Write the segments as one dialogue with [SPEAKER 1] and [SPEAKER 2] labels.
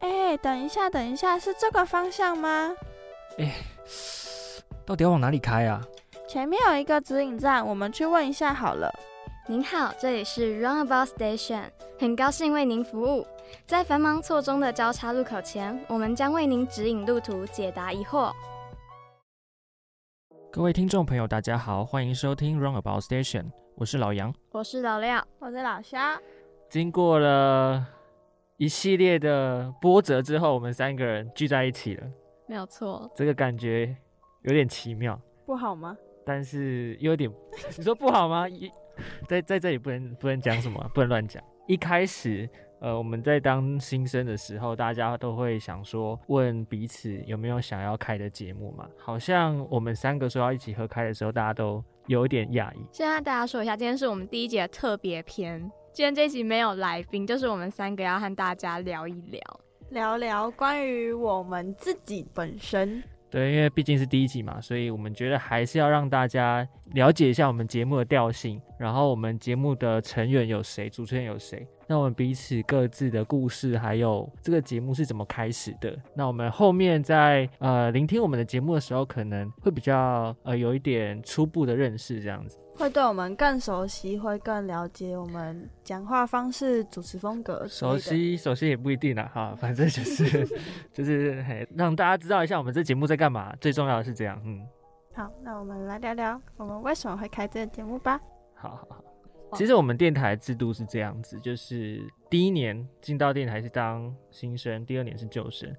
[SPEAKER 1] 哎，等一下，等一下，是这个方向吗？
[SPEAKER 2] 哎 到底要往哪里开啊？
[SPEAKER 1] 前面有一个指引站，我们去问一下好了。
[SPEAKER 3] 您好，这里是 Roundabout Station，很高兴为您服务。在繁忙错综的交叉路口前，我们将为您指引路途，解答疑惑。
[SPEAKER 2] 各位听众朋友，大家好，欢迎收听 Roundabout Station，我是老杨。
[SPEAKER 3] 我是老廖，
[SPEAKER 1] 我是老肖，
[SPEAKER 2] 经过了一系列的波折之后，我们三个人聚在一起了，
[SPEAKER 3] 没有错，
[SPEAKER 2] 这个感觉有点奇妙，
[SPEAKER 1] 不好吗？
[SPEAKER 2] 但是又有点，你说不好吗？一在在这里不能不能讲什么啊，不能乱讲。一开始，呃，我们在当新生的时候，大家都会想说，问彼此有没有想要开的节目嘛？好像我们三个说要一起合开的时候，大家都有点讶异。
[SPEAKER 3] 先跟大家说一下，今天是我们第一集的特别篇。今天这一集没有来宾，就是我们三个要和大家聊一聊。
[SPEAKER 1] 聊聊关于我们自己本身。
[SPEAKER 2] 对，因为毕竟是第一集嘛，所以我们觉得还是要让大家了解一下我们节目的调性，然后我们节目的成员有谁，主持人有谁，那我们彼此各自的故事，还有这个节目是怎么开始的。那我们后面在呃聆听我们的节目的时候，可能会比较呃有一点初步的认识这样子。
[SPEAKER 1] 会对我们更熟悉，会更了解我们讲话方式、主持风格之类
[SPEAKER 2] 熟
[SPEAKER 1] 呃的。
[SPEAKER 2] 悉熟悉也不一定啦，哈，反正就是 就是嘿让大家知道一下我们这节目在干嘛，最重要的是这样，嗯。
[SPEAKER 1] 好，那我们来聊聊我们为什么会开这个节目吧。
[SPEAKER 2] 好好好。
[SPEAKER 3] 哇
[SPEAKER 2] 其实我们电台制度是这样子，就是第一年进到电台是当新生，第二年是旧生。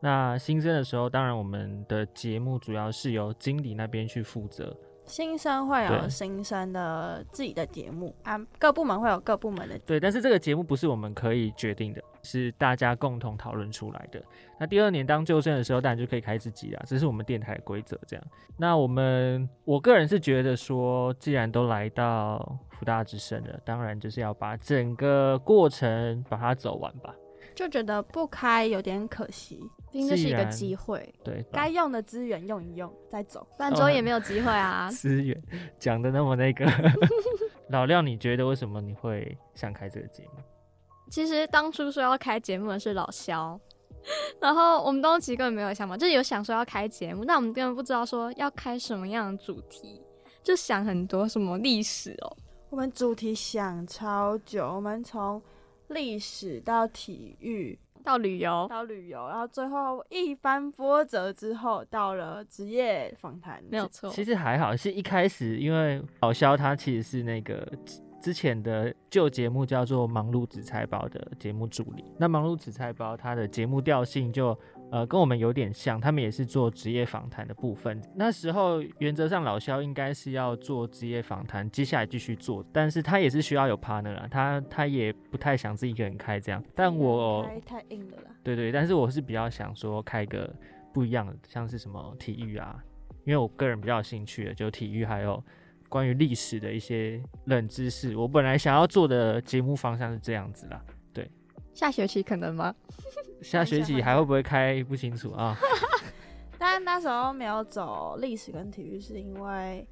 [SPEAKER 2] 那新生的时候，当然我们的节目主要是由经理那边去负责，
[SPEAKER 1] 新生会有
[SPEAKER 2] 对
[SPEAKER 1] 新生的自己的节目啊，各部门会有各部门的。
[SPEAKER 2] 对。但是这个节目不是我们可以决定的，是大家共同讨论出来的。那第二年当旧生的时候，当然就可以开自己啦，这是我们电台的规则这样。那我们我个人是觉得说，既然都来到福大之声了，当然就是要把整个过程把它走完吧。
[SPEAKER 1] 就觉得不开有点可惜，
[SPEAKER 2] 嗯
[SPEAKER 3] 毕竟这是一
[SPEAKER 2] 既
[SPEAKER 3] 个
[SPEAKER 2] 然
[SPEAKER 3] 机会，
[SPEAKER 2] 对，把
[SPEAKER 1] 该用的资源用一用再走。
[SPEAKER 3] 不然之后也没有机 会啊。
[SPEAKER 2] 资源讲的那么那个。 老廖，你觉得为什么你会想开这个节目？
[SPEAKER 3] 其实当初说要开节目的是老肖， 然后我们当时根本没有想法，就是有想说要开节目，但我们根本不知道说要开什么样的主题，就想很多什么历史哦，
[SPEAKER 1] 我们主题想超久，我们从历史到体育
[SPEAKER 3] 到旅游，
[SPEAKER 1] 到旅游，然后最后一番波折之后，到了职业访谈。
[SPEAKER 3] 没有错。
[SPEAKER 2] 其实还好，是一开始因为老肖他其实是那个之之前的旧节目叫做《忙碌紫菜包》的节目助理。那《忙碌紫菜包》它的节目调性就呃跟我们有点像，他们也是做职业访谈的部分。那时候原则上老肖应该是要做职业访谈，接下来继续做，但是他也是需要有 partner 啊，他他也不太想自己一个人开这样。但我
[SPEAKER 1] 太太硬了啦。
[SPEAKER 2] 对对，但是我是比较想说开个不一样的，像是什么体育啊，因为我个人比较有兴趣的就体育还有关于历史的一些冷知识。我本来想要做的节目方向是这样子啦，
[SPEAKER 3] 下学期可能吗？
[SPEAKER 2] 下学期还会不会开不清楚 啊？
[SPEAKER 1] 但那时候没有走历史跟体育，是因为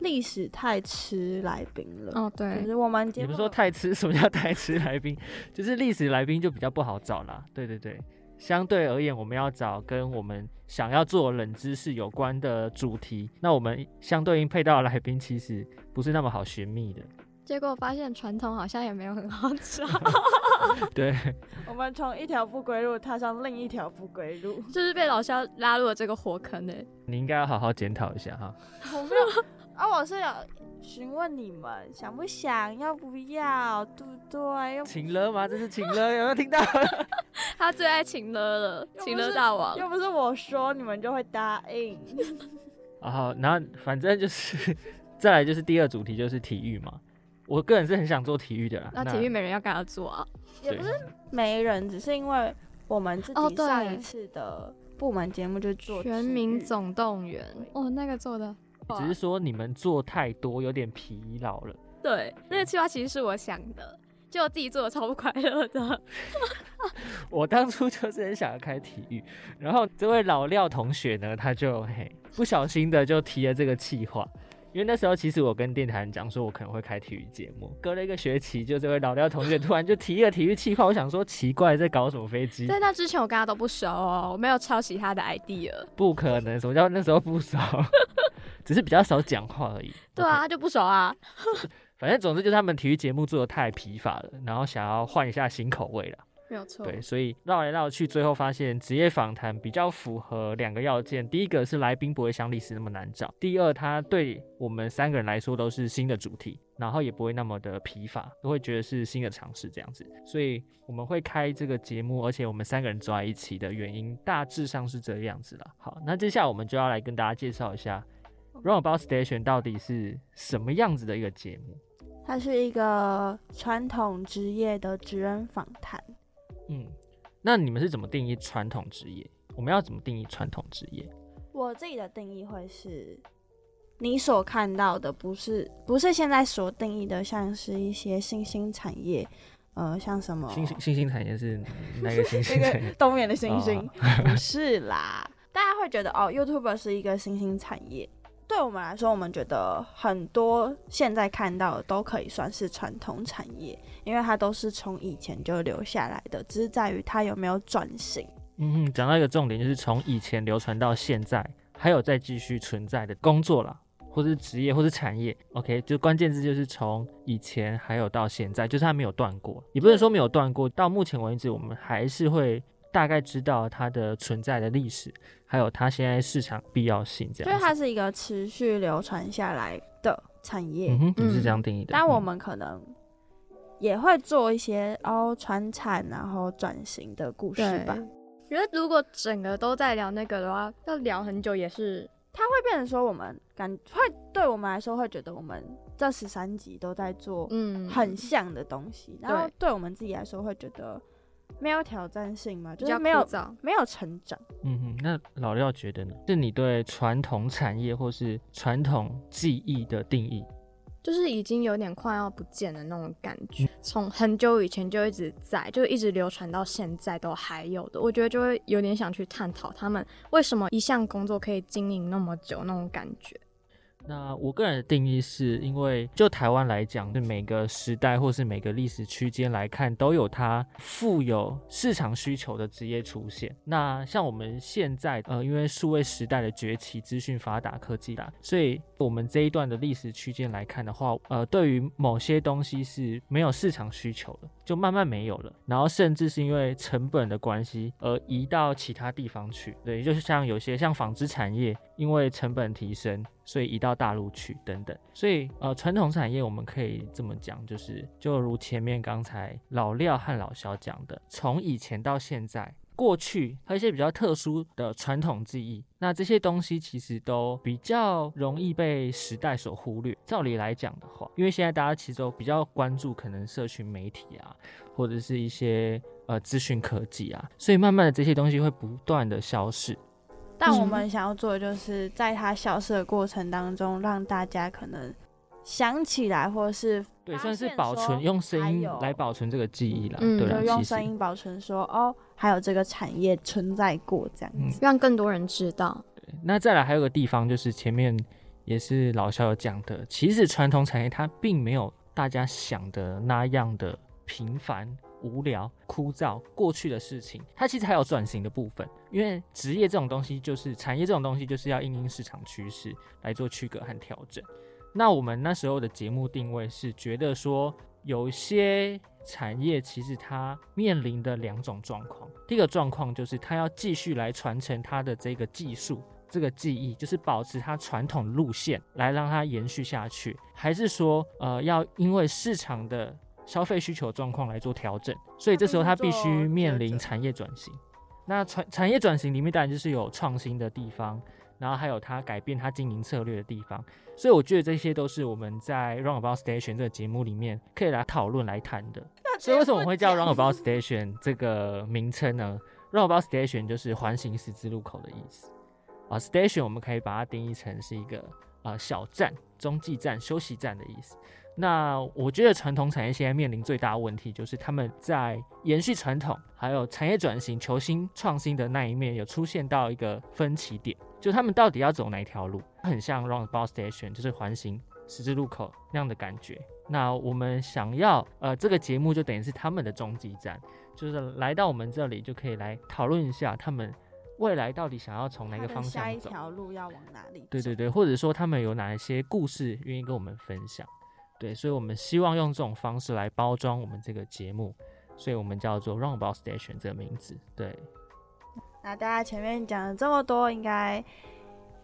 [SPEAKER 1] 历史太吃来宾了。
[SPEAKER 3] 哦，
[SPEAKER 1] 就
[SPEAKER 3] 对，
[SPEAKER 1] 是我们节
[SPEAKER 2] 你
[SPEAKER 1] 目
[SPEAKER 2] 们说太吃， 什么叫太吃来宾？就是历史来宾就比较不好找啦。对对对，相对而言，我们要找跟我们想要做冷知识有关的主题，那我们相对应配到的来宾其实不是那么好寻觅的。
[SPEAKER 3] 结果发现传统好像也没有很好啊找，
[SPEAKER 2] 对。
[SPEAKER 1] 我们从一条不归路踏上另一条不归路。
[SPEAKER 3] 就是被老肖拉入了这个火坑呢。欸
[SPEAKER 2] 你应该要好好检讨一下哈。
[SPEAKER 1] 我没有， 啊，我是有询问你们想不想要不要，对不对？又不
[SPEAKER 2] 请了吗？这是请了，有没有听 到？
[SPEAKER 3] 他最爱请了了，
[SPEAKER 1] 又不是
[SPEAKER 3] 请了大王。
[SPEAKER 1] 又不是我说你们就会答应，
[SPEAKER 2] 然后，然后反正就是，再来就是第二主题就是体育嘛。我个人是很想做体育的啦。
[SPEAKER 3] 那体育没人要跟他做啊，
[SPEAKER 1] 也不
[SPEAKER 2] 是
[SPEAKER 1] 没人，只是因为我们自
[SPEAKER 3] 哦
[SPEAKER 1] 己
[SPEAKER 3] 对
[SPEAKER 1] 上一次的部门节目就做
[SPEAKER 3] 全
[SPEAKER 1] 体育
[SPEAKER 3] 民，总动员哦，那个做的啊
[SPEAKER 2] 只是说你们做太多，有点疲劳了。
[SPEAKER 3] 对，那个计划其实是我想的，就我自己做的超不快乐的。
[SPEAKER 2] 我当初 就是很想要开体育，然后这位老廖同学呢，他就嘿不小心的就提了这个计划。因为那时候其实我跟电台人讲说，我可能会开体育节目，隔了一个学期，就这位老廖同学突然就提一个体育计划，我想说奇怪，在搞什么飞机？
[SPEAKER 3] 在那之前我跟他都不熟哦，我没有抄袭他的 idea。
[SPEAKER 2] 不可能，什么叫那时候不熟？ 只是比较少讲话而已。
[SPEAKER 3] 对啊，他就不熟啊。
[SPEAKER 2] 反正总之就是他们体育节目做的太疲乏了，然后想要换一下新口味了。
[SPEAKER 3] 没有错
[SPEAKER 2] 对，所以绕来绕去，最后发现职业访谈比较符合两个要件：第一个是来宾不会像历史那么难找；第二，它对我们三个人来说都是新的主题，然后也不会那么的疲乏，都会觉得是新的尝试这样子。所以我们会开这个节目，而且我们三个人坐在一起的原因大致上是这个样子了。好，那接下来我们就要来跟大家介绍一下 Roundabout Station 到底是什么样子的一个节目。
[SPEAKER 1] 它是一个传统职业的职人访谈。
[SPEAKER 2] 嗯，那你们是怎么定义传统职业？我们要怎么定义传统职业？
[SPEAKER 1] 我自己的定义会是，你所看到的不是不是现在所定义的，像是一些新兴产业，呃，像什么
[SPEAKER 2] 新兴新兴产 业是哪个新兴
[SPEAKER 1] 那
[SPEAKER 2] 产
[SPEAKER 1] 个
[SPEAKER 2] 业？
[SPEAKER 1] 东原的星星，哦 不是啦。大家会觉得哦，YouTube 是一个新兴产业。对我们来说，我们觉得很多现在看到的都可以算是传统产业，因为它都是从以前就留下来的，只是在于它有没有转型。
[SPEAKER 2] 嗯哼，讲到一个重点，就是从以前流传到现在，还有再继续存在的工作啦，或是职业，或是产业。OK，就关键字就是从以前还有到现在，就是它没有断过，也不能说没有断过。到目前为止，我们还是会大概知道它的存在的历史，还有它现在市场必要性这
[SPEAKER 1] 就
[SPEAKER 2] 样
[SPEAKER 1] 是
[SPEAKER 2] 子。
[SPEAKER 1] 它是一个持续流传下来的产业。
[SPEAKER 2] 嗯哼，你是这样定义的。
[SPEAKER 1] 但我
[SPEAKER 2] 嗯
[SPEAKER 1] 们可能也会做一些哦传产然后转型的故事吧。
[SPEAKER 3] 觉得如果整个都在聊那个的话，要聊很久也是
[SPEAKER 1] 它会变成说我们感会对我们来说会觉得我们这十三集都在做
[SPEAKER 3] 嗯
[SPEAKER 1] 很像的东西，然后
[SPEAKER 3] 对
[SPEAKER 1] 对我们自己来说会觉得没有挑战性嘛，
[SPEAKER 3] 比
[SPEAKER 1] 就是
[SPEAKER 3] 较
[SPEAKER 1] 没有
[SPEAKER 3] 枯燥。
[SPEAKER 1] 没有成长。
[SPEAKER 2] 嗯哼，那老廖觉得呢？是你对传统产业或是传统技艺的定义？
[SPEAKER 3] 就是已经有点快要不见的那种感觉，从很久以前就一直在，就一直流传到现在都还有的，我觉得就会有点想去探讨他们为什么一项工作可以经营那么久那种感觉。
[SPEAKER 2] 那我个人的定义是因为，就台湾来讲，是每个时代或是每个历史区间来看，都有它富有市场需求的职业出现。那像我们现在，呃，因为数位时代的崛起，资讯发达，科技啦，所以我们这一段的历史区间来看的话，呃，对于某些东西是没有市场需求了，就慢慢没有了。然后甚至是因为成本的关系而移到其他地方去。对，就是像有些像纺织产业，因为成本提升，所以移到大陆去等等。所以呃，传统产业我们可以这么讲，就是就如前面刚才老廖和老肖讲的，从以前到现在。过去和一些比较特殊的传统技艺，那这些东西其实都比较容易被时代所忽略。照理来讲的话，因为现在大家其实都比较关注可能社群媒体啊，或者是一些呃资讯科技啊，所以慢慢的这些东西会不断的消逝。
[SPEAKER 1] 但我们想要做的就是在它消失的过程当中，让大家可能想起来，或者是
[SPEAKER 2] 对，
[SPEAKER 1] 发
[SPEAKER 2] 算是
[SPEAKER 1] 现
[SPEAKER 2] 保存
[SPEAKER 1] 说
[SPEAKER 2] 用声
[SPEAKER 1] 还
[SPEAKER 2] 音
[SPEAKER 1] 有
[SPEAKER 2] 来保存这个记忆啦，
[SPEAKER 3] 嗯
[SPEAKER 2] 对
[SPEAKER 1] 就
[SPEAKER 2] 啦，
[SPEAKER 1] 用
[SPEAKER 2] 其实
[SPEAKER 1] 声音保存说哦，还有这个产业存在过这样
[SPEAKER 2] 嗯
[SPEAKER 1] 子。
[SPEAKER 3] 让更多人知道，
[SPEAKER 2] 那再来还有个地方，就是前面也是老校友讲的，其实传统产业它并没有大家想的那样的平凡、无聊、枯燥过去的事情，它其实还有转型的部分。因为职业这种东西，就是产业这种东西，就是要应应市场趋势来做区隔和调整。那我们那时候的节目定位是觉得说，有些产业其实它面临的两种状况，第一个状况就是它要继续来传承它的这个技术。这个技艺就是保持它传统路线，来让它延续下去，还是说，呃，要因为市场的消费需求状况来做调整？所以这时候它必须面临产业转型。那产产业转型里面当然就是有创新的地方，然后还有它改变它经营策略的地方。所以我觉得这些都是我们在 Roundabout Station 这个节目里面可以来讨论来谈的。所以为什么我会叫 Roundabout Station 这个名称呢？Roundabout Station 就是环形十字路口的意思啊。Station 我们可以把它定义成是一个啊小站、中继站、休息站的意思。那我觉得传统产业现在面临最大的问题，就是他们在延续传统，还有产业转型、求新创新的那一面，有出现到一个分歧点。就他们到底要走哪一条路，很像 Roundabout Station，就是环形十字路口那样的感觉。那我们想要，呃，这个节目就等于是他们的终极站，就是来到我们这里就可以来讨论一下他们未来到底想要从哪个
[SPEAKER 1] 他
[SPEAKER 2] 方
[SPEAKER 1] 们下
[SPEAKER 2] 向
[SPEAKER 1] 一
[SPEAKER 2] 走。
[SPEAKER 1] 条路要往哪里走？
[SPEAKER 2] 对对对，或者说他们有哪一些故事愿意跟我们分享？对，所以我们希望用这种方式来包装我们这个节目，所以我们叫做 Roundabout Station 这个名字。对，
[SPEAKER 1] 那大家前面讲了这么多，应该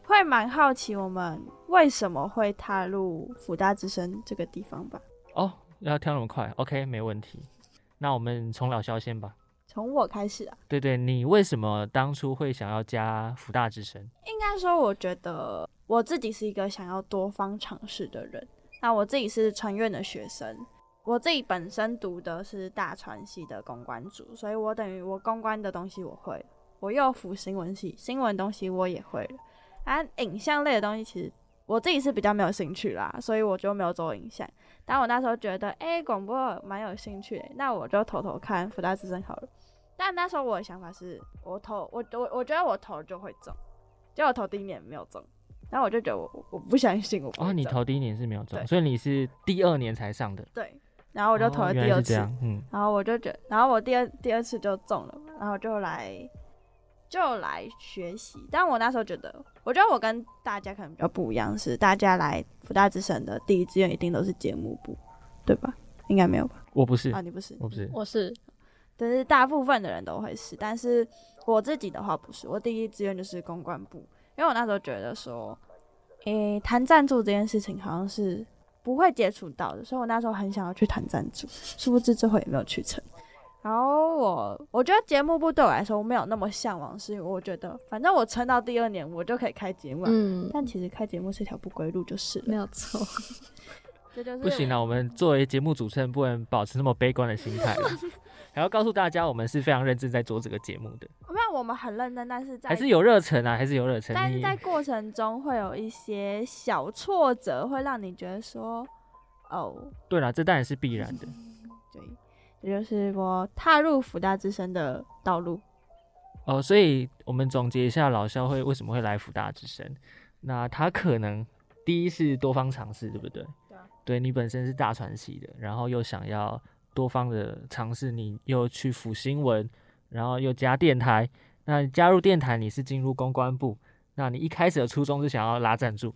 [SPEAKER 1] 会蛮好奇我们为什么会踏入福大之声这个地方吧？
[SPEAKER 2] 哦，要跳那么快？OK，没问题。那我们从老肖先吧。
[SPEAKER 1] 从我开始啊，
[SPEAKER 2] 对对，你为什么当初会想要加福大之声？
[SPEAKER 1] 应该说我觉得我自己是一个想要多方尝试的人。那我自己是传院的学生，我自己本身读的是大传系的公关组，所以我等于我公关的东西我会了，我又辅新闻系，新闻东西我也会了。啊，影像类的东西其实我自己是比较没有兴趣啦，所以我就没有走影像。但我那时候觉得，哎、广播蛮有兴趣的，那我就偷偷看福大之声好了。但那时候我的想法是，我投我我我觉得我投就会中，结果我投第一年没有中，然后我就觉得我我我不相信我不会
[SPEAKER 2] 哦，你
[SPEAKER 1] 中
[SPEAKER 2] 投第一年是没有中，
[SPEAKER 1] 对
[SPEAKER 2] 所以你是第二年才上的。
[SPEAKER 1] 对，然后我就投了
[SPEAKER 2] 哦
[SPEAKER 1] 第
[SPEAKER 2] 原来
[SPEAKER 1] 二
[SPEAKER 2] 是这
[SPEAKER 1] 次，
[SPEAKER 2] 样，嗯，
[SPEAKER 1] 然后我就觉得，然后我第二第二次就中了，然后就来就来学习。但我那时候觉得，我觉得我跟大家可能比较不一样，是大家来福大之声的第一志愿一定都是节目部，对吧？应该没有吧？
[SPEAKER 2] 我不是
[SPEAKER 1] 啊，，你不是，
[SPEAKER 2] 我不是。
[SPEAKER 3] 我是
[SPEAKER 1] 但是大部分的人都会是，但是我自己的话不是，我第一志愿就是公关部，因为我那时候觉得说，诶、谈赞助这件事情好像是不会接触到的，所以我那时候很想要去谈赞助，殊不知最后也没有去成。然后我我觉得节目部对我来说没有那么向往，是因为我觉得反正我撑到第二年我就可以开节目、啊，
[SPEAKER 3] 嗯，
[SPEAKER 1] 但其实开节目是条不归路就是
[SPEAKER 3] 没
[SPEAKER 1] 了，
[SPEAKER 3] 有错，
[SPEAKER 1] 这就是
[SPEAKER 2] 不行啊了，我们作为节目主持人，不能保持那么悲观的心 态了，还要告诉大家，我们是非常认真在做这个节目的，
[SPEAKER 1] 我。没有，我们很认真，但是在
[SPEAKER 2] 还是有热忱啊，还是有热忱。
[SPEAKER 1] 但是
[SPEAKER 2] 你
[SPEAKER 1] 在过程中会有一些小挫折，会让你觉得说，哦，
[SPEAKER 2] 对啦，这当然是必然的。
[SPEAKER 1] 对，这就是我踏入福大之声的道路。
[SPEAKER 2] 哦，所以我们总结一下，老肖会为什么会来福大之声？那他可能第一是多方尝试，对不对？
[SPEAKER 1] 对啊
[SPEAKER 2] 对你本身是大传系的，然后又想要多方的尝试，你又去辅新闻，然后又加电台。那加入电台，你是进入公关部，那你一开始的初衷是想要拉赞助，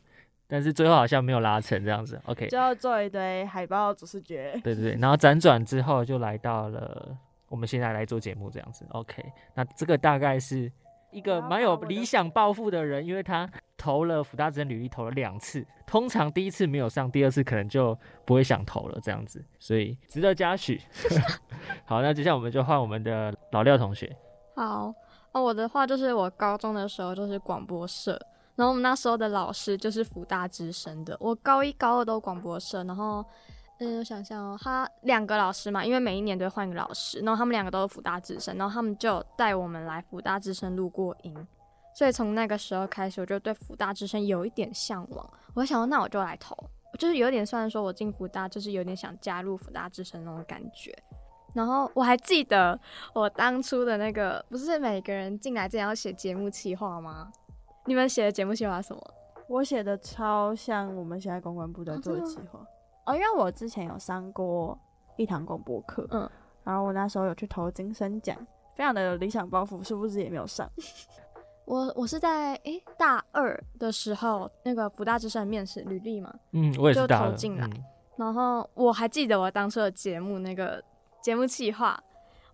[SPEAKER 2] 但是最后好像没有拉成这样子。OK，
[SPEAKER 1] 最后做一堆海报主视觉，
[SPEAKER 2] 对对对，然后辗转之后就来到了我们现在来做节目这样子。OK，那这个大概是一个蛮有理想抱负的人，因为他投了福大之声履历投了两次，通常第一次没有上，第二次可能就不会想投了这样子，所以值得嘉 许。 好，那接下来我们就换我们的老廖同学。
[SPEAKER 3] 好，哦，我的话就是我高中的时候就是广播社，然后我们那时候的老师就是福大之声的，我高一高二都广播社，然后。嗯，我想想哦，他两个老师嘛，因为每一年都会换一个老师，然后他们两个都是福大之声，然后他们就带我们来福大之声录过音，所以从那个时候开始，我就对福大之声有一点向往。我想说，那我就来投，就是有点算说我进福大，就是有点想加入福大之声那种感觉。然后我还记得，我当初的那个，不是每个人进来之前要写节目企划吗？你们写的节目企划是什么？
[SPEAKER 1] 我写的超像我们现在公关部在
[SPEAKER 3] 哦
[SPEAKER 1] 做的
[SPEAKER 3] 真
[SPEAKER 1] 计
[SPEAKER 3] 的
[SPEAKER 1] 划。哦，因为我之前有上过一堂广播课，
[SPEAKER 3] 嗯，
[SPEAKER 1] 然后我那时候有去投金声奖，非常的有理想抱负，殊不知也没有上。
[SPEAKER 3] 我我是在诶、大二的时候，那个福大之声的面试履历嘛，
[SPEAKER 2] 嗯，我也是
[SPEAKER 3] 就
[SPEAKER 2] 大
[SPEAKER 3] 投
[SPEAKER 2] 二
[SPEAKER 3] 进来
[SPEAKER 2] 嗯
[SPEAKER 3] 然后我还记得我当初的节目那个节目企划，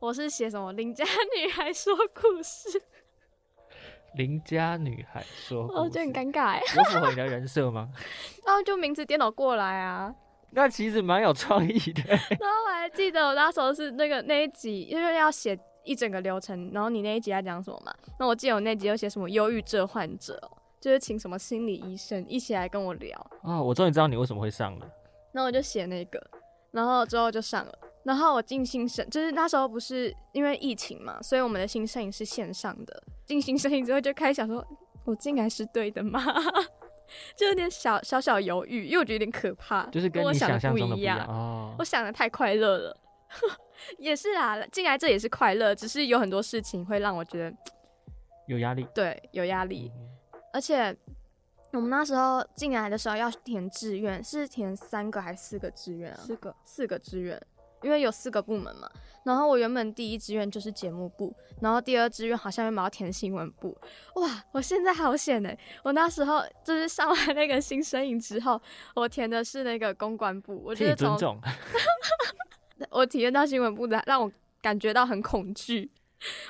[SPEAKER 3] 我是写什么邻家女孩说故事，
[SPEAKER 2] 邻家女孩说故事，
[SPEAKER 3] 我觉得很尴尬哎，
[SPEAKER 2] 有符合你的人设吗？
[SPEAKER 3] 然后就名字颠倒过来啊。
[SPEAKER 2] 那其实蛮有创意的。
[SPEAKER 3] 然后我还记得我那时候是那个那一集，因为要写一整个流程，然后你那一集要讲什么嘛？那我记得我那集有写什么忧郁症患者哦，就是请什么心理医生一起来跟我聊，
[SPEAKER 2] 哦，我终于知道你为什么会上了。
[SPEAKER 3] 那我就写那个，然后之后就上了。然后我进新生，就是那时候不是因为疫情嘛，所以我们的新摄影是线上的。进新摄影之后就开始想说，我进来是对的吗？ 就有点小小小犹豫，因为我觉得有点可怕，
[SPEAKER 2] 就是跟
[SPEAKER 3] 我
[SPEAKER 2] 你
[SPEAKER 3] 想
[SPEAKER 2] 想象
[SPEAKER 3] 不
[SPEAKER 2] 中的不
[SPEAKER 3] 一
[SPEAKER 2] 一样哦
[SPEAKER 3] 我。想的太快乐了， 也是啦，进来这也是快乐，只是有很多事情会让我觉得
[SPEAKER 2] 有压力。嗯
[SPEAKER 3] 对有压力。而且我们那时候进来的时候要填志愿，是填三个还是四个志愿啊？
[SPEAKER 1] 四个，
[SPEAKER 3] 四个志愿，因为有四个部门嘛。然后我原本第一志愿就是节目部，然后第二志愿好像原本要填新闻部。哇，我现在好险哎、我那时候就是上完那个新生营之后，我填的是那个公关部。我觉
[SPEAKER 2] 替你
[SPEAKER 3] 得
[SPEAKER 2] 尊
[SPEAKER 3] 从
[SPEAKER 2] 重，
[SPEAKER 3] 我体验到新闻部的，让我感觉到很恐惧。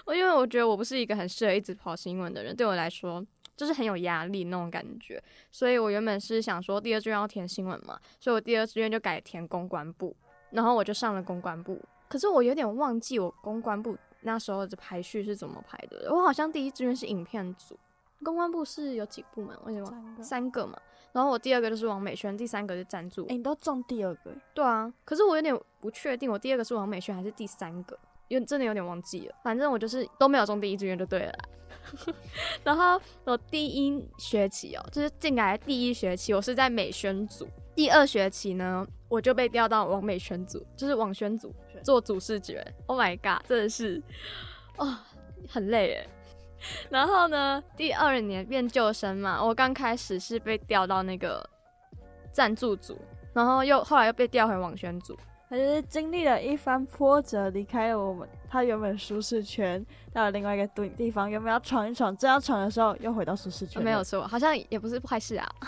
[SPEAKER 3] 我因为我觉得我不是一个很适合一直跑新闻的人，对我来说就是很有压力那种感觉。所以我原本是想说第二志愿要填新闻嘛，所以我第二志愿就改填公关部，然后我就上了公关部。可是我有点忘记我公关部那时候的排序是怎么排的，我好像第一志愿是影片组，公关部是有几个部门，我有点忘
[SPEAKER 1] 三个。
[SPEAKER 3] 了，三个嘛。然后我第二个就是王美萱，第三个是赞助。
[SPEAKER 1] 哎、你都中第二个欸，
[SPEAKER 3] 对啊，可是我有点不确定，我第二个是王美萱还是第三个，有真的有点忘记了。反正我就是都没有中第一志愿就对了 啦。然后我第一学期哦，就是进来第一学期，我是在美宣组。第二学期呢，我就被调到王美宣组，就是网宣组做主视觉。Oh my god，真的是，哦，很累耶。然后呢，第二年变救生嘛，我刚开始是被调到那个赞助组，然后又后来又被调回网宣组。
[SPEAKER 1] 他就是经历了一番波折，离开了我们他原本舒适圈，到了另外一个地地方，原本要闯一闯，正要闯的时候，又回到舒适圈了、
[SPEAKER 3] 哦没有错，好像也不是坏事啊，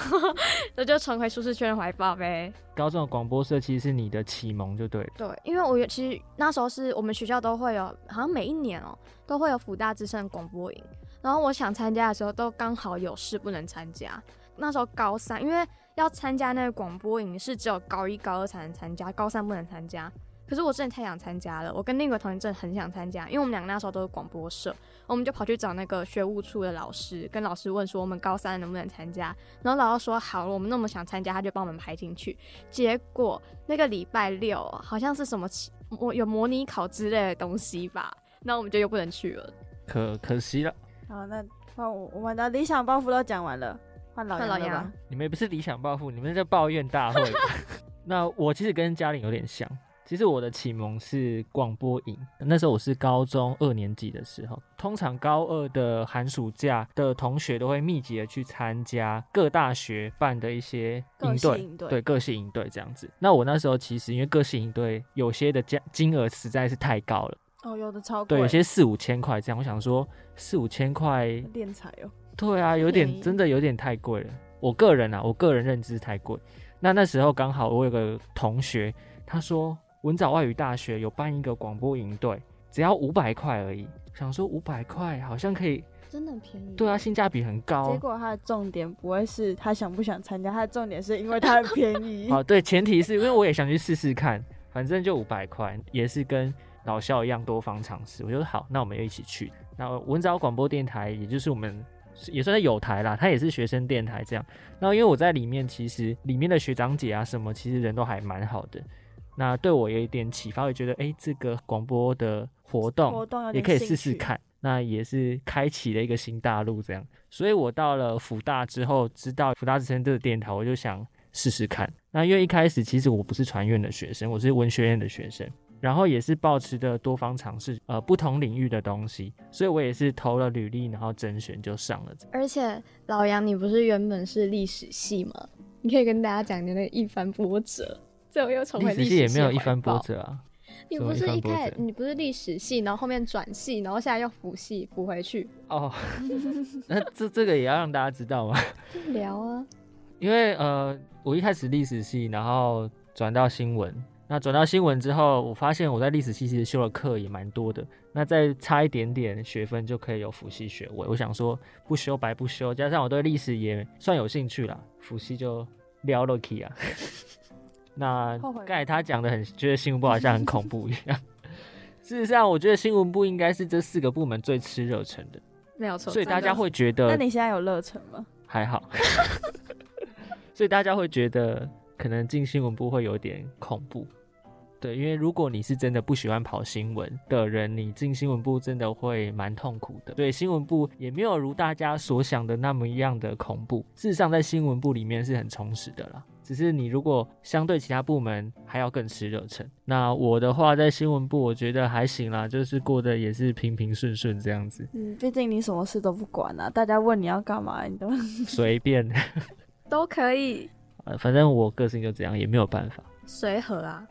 [SPEAKER 3] 那就重回舒适圈的怀抱呗。
[SPEAKER 2] 高中的广播社其实是你的启蒙就对了。
[SPEAKER 3] 对，因为我有其实那时候是我们学校都会有，好像每一年哦、都会有福大之声广播营，然后我想参加的时候都刚好有事不能参加。那时候高三，因为要参加那个广播营是只有高一、高二才能参加，高三不能参加。可是我真的太想参加了，我跟另一个同学真的很想参加，因为我们两个那时候都是广播社，我们就跑去找那个学务处的老师，跟老师问说我们高三能不能参加，然后老师说好了，我们那么想参加，他就帮我们排进去。结果那个礼拜六好像是什么期模有模拟考之类的东西吧，那我们就又不能去了。
[SPEAKER 2] 可可惜了，
[SPEAKER 1] 好，那那我我们的理想抱负都讲完了，换老
[SPEAKER 3] 换老
[SPEAKER 1] 了吧
[SPEAKER 3] 杨
[SPEAKER 2] 你们也不是理想抱负，你们是在抱怨大会吧。 那我其实跟嘉玲有点像，其实我的启蒙是广播营，那时候我是高中二年级的时候，通常高二的寒暑假的同学都会密集的去参加各大学办的一些
[SPEAKER 1] 个
[SPEAKER 2] 营
[SPEAKER 1] 性
[SPEAKER 2] 队
[SPEAKER 1] 应，对
[SPEAKER 2] 嗯对个性营队这样子。那我那时候其实因为个性营队有些的价金额实在是太高了，
[SPEAKER 1] 哦，有的超贵，
[SPEAKER 2] 对，有些四五千块这样，我想说四五千块
[SPEAKER 1] 练财哦，
[SPEAKER 2] 对啊，有
[SPEAKER 3] 便宜
[SPEAKER 2] 点真的有点太贵了。我个人啊，我个人认知太贵。那那时候刚好我有个同学，他说文藻外语大学有办一个广播营队，只要五百块而已。想说五百块好像可以，
[SPEAKER 3] 真的很便
[SPEAKER 1] 嗯
[SPEAKER 3] 宜
[SPEAKER 2] 对啊，，性价比很高
[SPEAKER 1] 结。果他的重点不会是他想不想参加，他的重点是因为他很便宜。
[SPEAKER 2] 哦，对，前提是因为我也想去试试看，反正就五百块，也是跟老校一样多方尝试。我就说好，那我们就一起去。那文藻广播电台，也就是我们是也算是有台啦，它也是学生电台这样。那因为我在里面，其实里面的学长姐啊什么，其实人都还蛮好的。那对我有一点启发，我觉得诶，这个广播的活动
[SPEAKER 1] 活动有
[SPEAKER 2] 也
[SPEAKER 1] 点
[SPEAKER 2] 可以
[SPEAKER 1] 兴
[SPEAKER 2] 试试
[SPEAKER 1] 趣，
[SPEAKER 2] 看。那也是开启了一个新大陆，这样。所以我到了福大之后，知道福大之声这个电台，我就想试试看。那因为一开始其实我不是传院的学生，我是文学院的学生，然后也是抱持着多方尝试，呃，不同领域的东西，所以我也是投了履历，然后甄选就上了。
[SPEAKER 3] 而且老杨，你不是原本是历史系吗？你可以跟大家讲你的那一番波折。最后又重回
[SPEAKER 2] 史
[SPEAKER 3] 历
[SPEAKER 2] 系也没有
[SPEAKER 3] 的
[SPEAKER 2] 一
[SPEAKER 3] 怀
[SPEAKER 2] 番波
[SPEAKER 3] 抱。
[SPEAKER 2] 折啊，
[SPEAKER 3] 你不是一
[SPEAKER 2] 什么一番
[SPEAKER 3] 开
[SPEAKER 2] 波
[SPEAKER 3] 始
[SPEAKER 2] 折
[SPEAKER 3] 你不是历史系，然后后面转系，然后现在又辅系补回去
[SPEAKER 2] 哦， 那这这个也要让大家知道吗？
[SPEAKER 3] 聊啊？
[SPEAKER 2] 因为呃，我一开始历史系，然后转到新闻。那转到新闻之后，我发现我在历史系其实修的课也蛮多的，那再差一点点学分就可以有辅系学位。我想说不修白不修，加上我对历史也算有兴趣啦，辅系就撩了 k 啊。 那
[SPEAKER 1] 后悔吗
[SPEAKER 2] 刚才他讲的很，觉得新闻部好像很恐怖一样。 事实上，我觉得新闻部应该是这四个部门最吃热忱的，
[SPEAKER 3] 没有错，
[SPEAKER 2] 所以大
[SPEAKER 3] 真的
[SPEAKER 2] 家会觉得
[SPEAKER 1] 那你现在有热忱吗？，
[SPEAKER 2] 还好， 所以大家会觉得可能进新闻部会有点恐怖。对，因为如果你是真的不喜欢跑新闻的人，你进新闻部真的会蛮痛苦的。对，新闻部也没有如大家所想的那么一样的恐怖。事实上，在新闻部里面是很充实的啦。只是你如果相对其他部门还要更吃热忱。那我的话，在新闻部我觉得还行啦，就是过得也是平平顺顺这样子
[SPEAKER 1] 嗯，毕竟你什么事都不管啊，大家问你要干嘛，你都
[SPEAKER 2] 随便、
[SPEAKER 3] 都可以
[SPEAKER 2] 呃，反正我个性就这样，也没有办法。
[SPEAKER 3] 随和啊。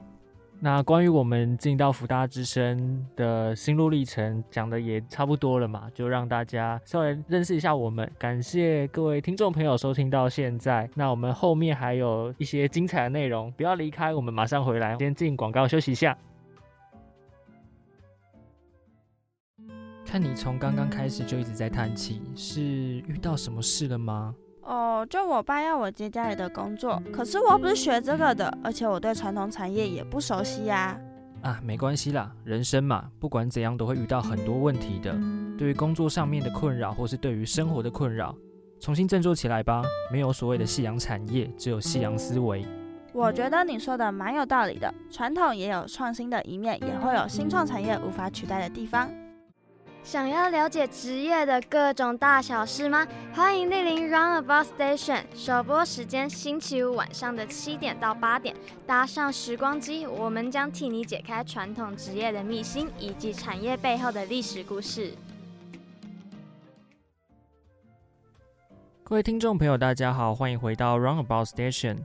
[SPEAKER 2] 那关于我们进到福大之声的心路历程，讲的也差不多了嘛，就让大家稍微认识一下我们。感谢各位听众朋友收听到现在，那我们后面还有一些精彩的内容，不要离开，我们马上回来，先进广告休息一下。看你从刚刚开始就一直在叹气，是遇到什么事了吗？
[SPEAKER 1] 哦，就我爸要我接家里的工作，可是我不是学这个的，而且我对传统产业也不熟悉呀、
[SPEAKER 2] 啊，没关系啦，人生嘛，不管怎样都会遇到很多问题的。对于工作上面的困扰，或是对于生活的困扰，重新振作起来吧。没有所谓的夕阳产业，只有夕阳思维。
[SPEAKER 1] 我觉得你说的蛮有道理的，传统也有创新的一面，也会有新创产业无法取代的地方。
[SPEAKER 4] 想要了解职业的各种大小事吗？欢迎莅临 Roundabout Station，首播时间星期五晚上的七点到八点。搭上时光机，我们将替你解开传统职业的秘辛，以及产业背后的历史故事。
[SPEAKER 2] 各位听众朋友，大家好，欢迎回到 Roundabout Station。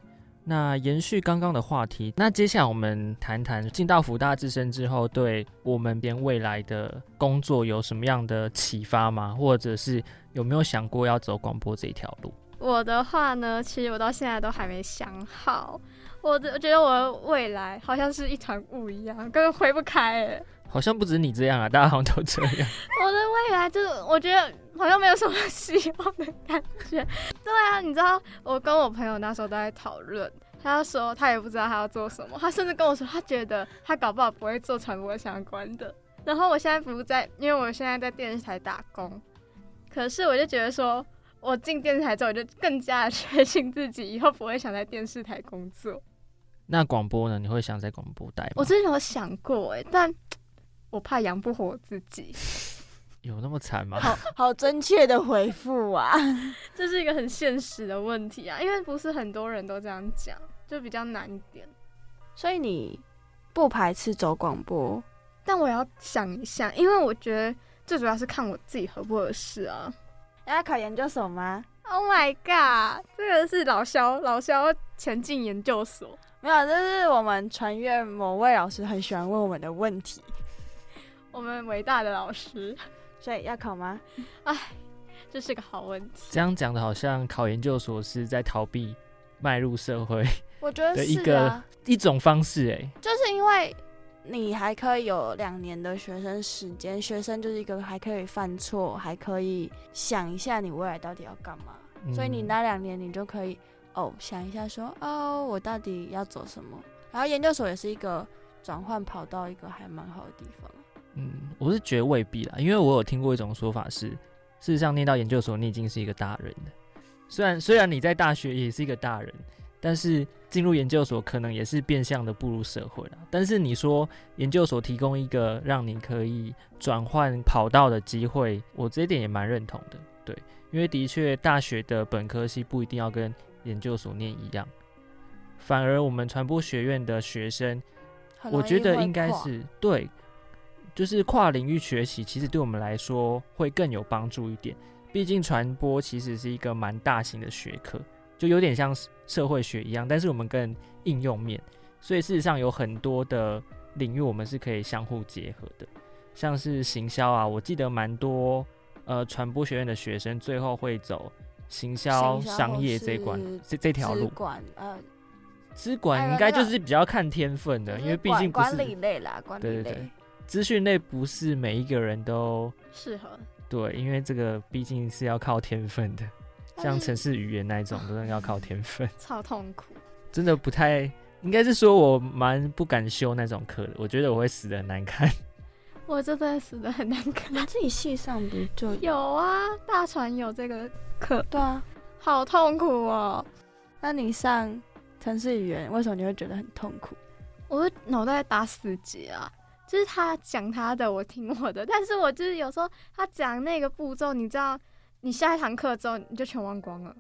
[SPEAKER 2] 那延续刚刚的话题，那接下来我们谈谈进到福大之声之后，对我们边未来的工作有什么样的启发吗？或者是有没有想过要走广播这一条路？
[SPEAKER 3] 我的话呢，其实我到现在都还没想好。我的我觉得我的未来好像是一团雾一样，根本挥不开哎。
[SPEAKER 2] 好像不止你这样啊，大家好像都这样。
[SPEAKER 3] 我的未来就是，我觉得好像没有什么希望的感觉。 对啊，你知道，我跟我朋友那时候都在讨论，他说他也不知道他要做什么，他甚至跟我说他觉得他搞不好不会做传播相关的。然后我现在不在，因为我现在在电视台打工，可是我就觉得说，我进电视台之后，我就更加的确信自己以后不会想在电视台工作。
[SPEAKER 2] 那广播呢？你会想在广播待吗？
[SPEAKER 3] 我之前有想过哎、但我怕养不活我自己，
[SPEAKER 2] 有那么惨吗？
[SPEAKER 1] 好好真切的回复啊！
[SPEAKER 3] 这是一个很现实的问题啊，因为不是很多人都这样讲，就比较难一点。
[SPEAKER 1] 所以你不排斥走广播？
[SPEAKER 3] 但我也要想一想，因为我觉得最主要是看我自己合不合适啊。
[SPEAKER 1] 要考研究所吗？
[SPEAKER 3] Oh my god，这个是老肖老肖前进研究所，
[SPEAKER 1] 没有，这是我们传阅某位老师很喜欢问我们的问题，
[SPEAKER 3] 我们伟大的老师，
[SPEAKER 1] 所以要考吗？
[SPEAKER 3] 这是个好问题。
[SPEAKER 2] 这样讲的好像考研究所是在逃避迈入社会
[SPEAKER 1] 我觉得
[SPEAKER 2] 的一
[SPEAKER 1] 是
[SPEAKER 2] 个、
[SPEAKER 1] 啊，
[SPEAKER 2] 一种方式、哎，
[SPEAKER 1] 就是因为你还可以有两年的学生时间，学生就是一个还可以犯错，还可以想一下你未来到底要干嘛，
[SPEAKER 2] 嗯
[SPEAKER 1] 所以你那两年你就可以哦想一下说哦我到底要走什么，然后研究所也是一个转换跑道一个还蛮好的地方。
[SPEAKER 2] 嗯，我是觉得未必啦，因为我有听过一种说法是，事实上念到研究所，你已经是一个大人了。虽然虽然你在大学也是一个大人，但是进入研究所可能也是变相的步入社会了。但是你说研究所提供一个让你可以转换跑道的机会，我这一点也蛮认同的。对，因为的确大学的本科系不一定要跟研究所念一样，反而我们传播学院的学生
[SPEAKER 1] 很
[SPEAKER 2] 我
[SPEAKER 1] 容
[SPEAKER 2] 觉
[SPEAKER 1] 易
[SPEAKER 2] 得
[SPEAKER 1] 会
[SPEAKER 2] 应该
[SPEAKER 1] 跨
[SPEAKER 2] 是对，就是跨领域学习，其实对我们来说会更有帮助一点。毕竟传播其实是一个蛮大型的学科，就有点像是社会学一样，但是我们更应用面，所以事实上有很多的领域我们是可以相互结合的，像是行销啊，我记得蛮多呃传播学院的学生最后会走行销
[SPEAKER 1] 行销
[SPEAKER 2] 商
[SPEAKER 1] 或
[SPEAKER 2] 业这一关
[SPEAKER 1] 是
[SPEAKER 2] 这这条
[SPEAKER 1] 资
[SPEAKER 2] 路，
[SPEAKER 1] 管呃，
[SPEAKER 2] 资管
[SPEAKER 1] 哎
[SPEAKER 2] 应该
[SPEAKER 1] 那个
[SPEAKER 2] 就是比较看天分的，
[SPEAKER 1] 就
[SPEAKER 2] 因
[SPEAKER 1] 是
[SPEAKER 2] 为毕
[SPEAKER 1] 管
[SPEAKER 2] 竟不
[SPEAKER 1] 管
[SPEAKER 2] 是
[SPEAKER 1] 理类啦，管
[SPEAKER 2] 对
[SPEAKER 1] 理
[SPEAKER 2] 对对
[SPEAKER 1] 类。
[SPEAKER 2] 资讯类不是每一个人都
[SPEAKER 3] 适合
[SPEAKER 2] 对，因为这个毕竟是要靠天分的，
[SPEAKER 1] 但
[SPEAKER 2] 像
[SPEAKER 1] 是
[SPEAKER 2] 城市语言那一种，真的要靠天 分，
[SPEAKER 3] 超痛苦，
[SPEAKER 2] 真的不太。应该是说我蛮不敢修那种课的，我觉得我会死的很难看。
[SPEAKER 3] 我这真的死的很难看。
[SPEAKER 1] 你自己系上不就
[SPEAKER 3] 有啊，大船有这个课，
[SPEAKER 1] 对啊？
[SPEAKER 3] 好痛苦哦。
[SPEAKER 1] 那你上城市语言，为什么你会觉得很痛苦？
[SPEAKER 3] 我脑袋打死结啊！就是他讲他的，我听我的，但是我就是有时候他讲那个步骤，你知道，你下一堂课之后你就全忘光了，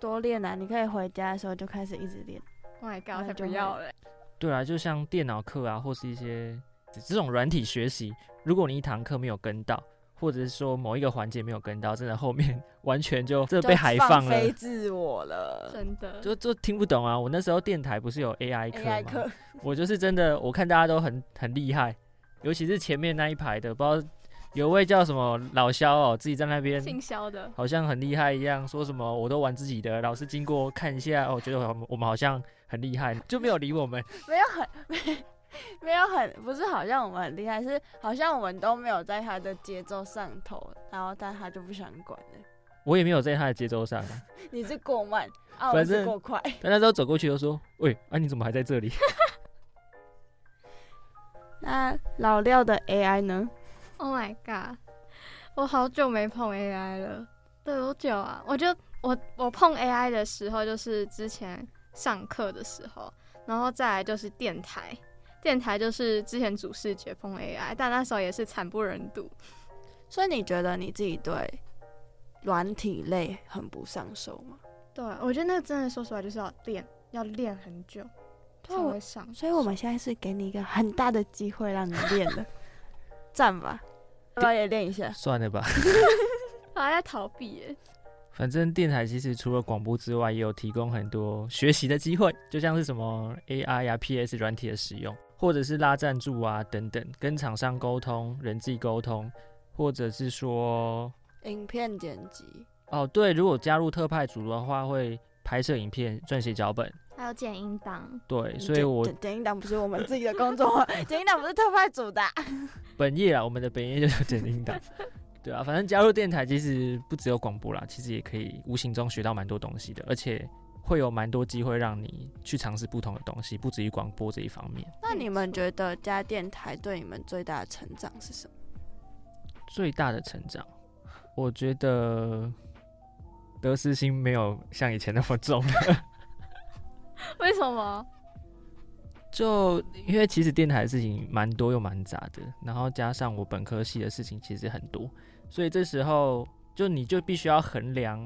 [SPEAKER 1] 多练啊！你可以回家的时候就开始一直练。
[SPEAKER 3] Oh my
[SPEAKER 1] 那
[SPEAKER 3] god，才
[SPEAKER 1] 就
[SPEAKER 3] 不
[SPEAKER 1] 会
[SPEAKER 3] 要嘞！
[SPEAKER 2] 对啊，就像电脑课啊，或是一些这种软体学习，如果你一堂课没有跟到，或者是说某一个环节没有跟到，真的后面 完全就这被海
[SPEAKER 1] 放
[SPEAKER 2] 放了，
[SPEAKER 1] 飞自我了。
[SPEAKER 3] 真的，
[SPEAKER 2] 就就听不懂啊。我那时候电台不是有 AI 课
[SPEAKER 1] AI
[SPEAKER 2] 吗？
[SPEAKER 1] 课，
[SPEAKER 2] 我就是真的，我看大家都很很厉害，尤其是前面那一排的，不知道有位叫什么老肖哦，自己在那边
[SPEAKER 3] 姓肖的，
[SPEAKER 2] 好像很厉害一样，说什么我都玩自己的。老师经过看一下，哦，觉得我们我们好像很厉害，就没有理我们。
[SPEAKER 1] 没有很没没有很不是，好像我们很厉害，是好像我们都没有在他的节奏上头，然后但他就不想管了。
[SPEAKER 2] 我也没有在他的节奏上啊，
[SPEAKER 1] 你是过 慢，啊，我
[SPEAKER 2] 反
[SPEAKER 1] 是
[SPEAKER 2] 正
[SPEAKER 1] 过 快。
[SPEAKER 2] 但那时候走过去就说：“喂，啊你怎么还在这里
[SPEAKER 1] 那老廖的 AI 呢？
[SPEAKER 3] Oh my god！我好久没碰 AI 了，多久啊？我就我我碰 AI 的时候，就是之前上课的时候，然后再来就是电台，电台就是之前主视觉碰 AI，但那时候也是惨不忍睹。
[SPEAKER 1] 所以你觉得你自己对软体类很不上手吗？
[SPEAKER 3] 对，啊我觉得那个真的说实话就是要练，要练很久才
[SPEAKER 1] 啊我
[SPEAKER 3] 会上。
[SPEAKER 1] 所以我们现在是给你一个很大的机会让你练 了，赞吧！要不要也练一下？”？
[SPEAKER 2] 算了吧，
[SPEAKER 3] 我还在啊逃避耶。
[SPEAKER 2] 反正电台其实除了广播之外，也有提供很多学习的机会，就像是什么 AI 呀、PS 软体的使用，或者是拉赞助啊等等，跟厂商沟通、人际沟通，或者是说
[SPEAKER 1] 影片剪辑，
[SPEAKER 2] 哦对，如果加入特派组的话，会拍摄影片、撰写脚本。
[SPEAKER 4] 还有剪音档，
[SPEAKER 1] 嗯
[SPEAKER 2] 对，所以我
[SPEAKER 1] 剪剪映档不是我们自己的工作吗？ 剪映档不是特派组的啊、
[SPEAKER 2] 本业啊，我们的本业就是剪音档。对啊，反正加入电台其实不只有广播啦，其实也可以无形中学到蛮多东西的，而且会有蛮多机会让你去尝试不同的东西，不止于广播这一方面。
[SPEAKER 1] 那你们觉得加电台对你们最大的成长是什么？
[SPEAKER 2] 最大的成长，我觉得得失心没有像以前那么重了。
[SPEAKER 3] 为什么？
[SPEAKER 2] 就因为其实电台的事情蛮多又蛮杂的，然后加上我本科系的事情其实很多，所以这时候就你就必须要衡量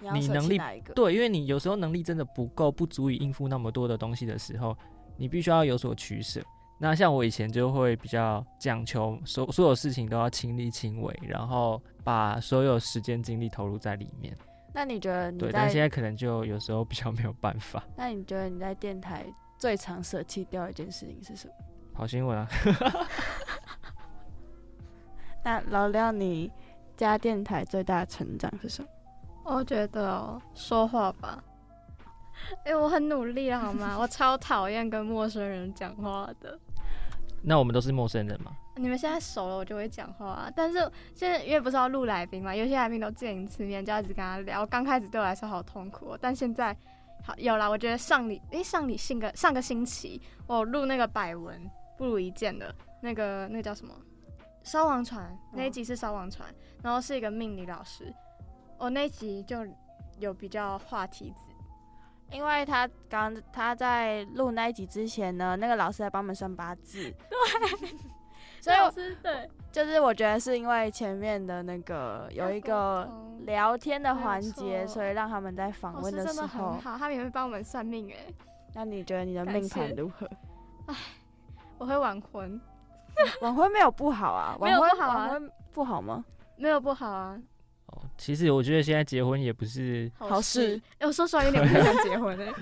[SPEAKER 1] 你要
[SPEAKER 2] 你
[SPEAKER 1] 舍
[SPEAKER 2] 能
[SPEAKER 1] 弃
[SPEAKER 2] 力
[SPEAKER 1] 哪一个？
[SPEAKER 2] 对，因为你有时候能力真的不够，不足以应付那么多的东西的时候，你必须要有所取舍。那像我以前就会比较讲求所所有事情都要亲力亲为，然后把所有时间精力投入在里面。
[SPEAKER 1] 那你觉得你
[SPEAKER 2] 对，但现
[SPEAKER 1] 在？
[SPEAKER 2] 在可能就有时候比较没有办法
[SPEAKER 1] 那你觉得你在电台最常舍弃掉的一件事情是什么？
[SPEAKER 2] 跑新闻啊。
[SPEAKER 1] 那老廖，你加电台最大的成长是什么？
[SPEAKER 3] 我觉得哦说话吧。哎、我很努力了好吗？我超讨厌跟陌生人讲话的。
[SPEAKER 2] 那我们都是陌生人嘛，
[SPEAKER 3] 你们现在熟了，我就会讲话、啊。但是现在因为不是要录来宾嘛，有些来宾都见一次面就要一直跟他聊。刚开始对我来说好痛苦、哦，但现在好有啦。我觉得上礼诶、上礼信个上个星期我录那个百闻不如一见的那个那个叫什么烧王船那一集是烧王船，然后是一个命理老师，我那一集就有比较话题子。
[SPEAKER 1] 因为他刚他在录那一集之前呢，那个老师来帮我们算八字， 所以我
[SPEAKER 3] 是对
[SPEAKER 1] 就是我觉得是因为前面的那个有一个聊天的环
[SPEAKER 3] 没
[SPEAKER 1] 节，
[SPEAKER 3] 有错
[SPEAKER 1] 所以让他们在访
[SPEAKER 3] 老
[SPEAKER 1] 问
[SPEAKER 3] 师真
[SPEAKER 1] 时
[SPEAKER 3] 的
[SPEAKER 1] 候
[SPEAKER 3] 很，好，他们也会帮我们算命哎、
[SPEAKER 1] 那你觉得你的
[SPEAKER 3] 感
[SPEAKER 1] 命盘
[SPEAKER 3] 谢
[SPEAKER 1] 如何？
[SPEAKER 3] 我会晚婚。
[SPEAKER 1] 晚婚没有不好啊，
[SPEAKER 3] 没
[SPEAKER 1] 晚
[SPEAKER 3] 有
[SPEAKER 1] 婚
[SPEAKER 3] 不好啊
[SPEAKER 1] 晚婚不好啊吗？
[SPEAKER 3] 没有不好啊，
[SPEAKER 2] 哦，其实我觉得现在结婚也不是，
[SPEAKER 1] 好事
[SPEAKER 3] 事。哎、我说实话，有点不太想结婚
[SPEAKER 2] 欸
[SPEAKER 3] 哎、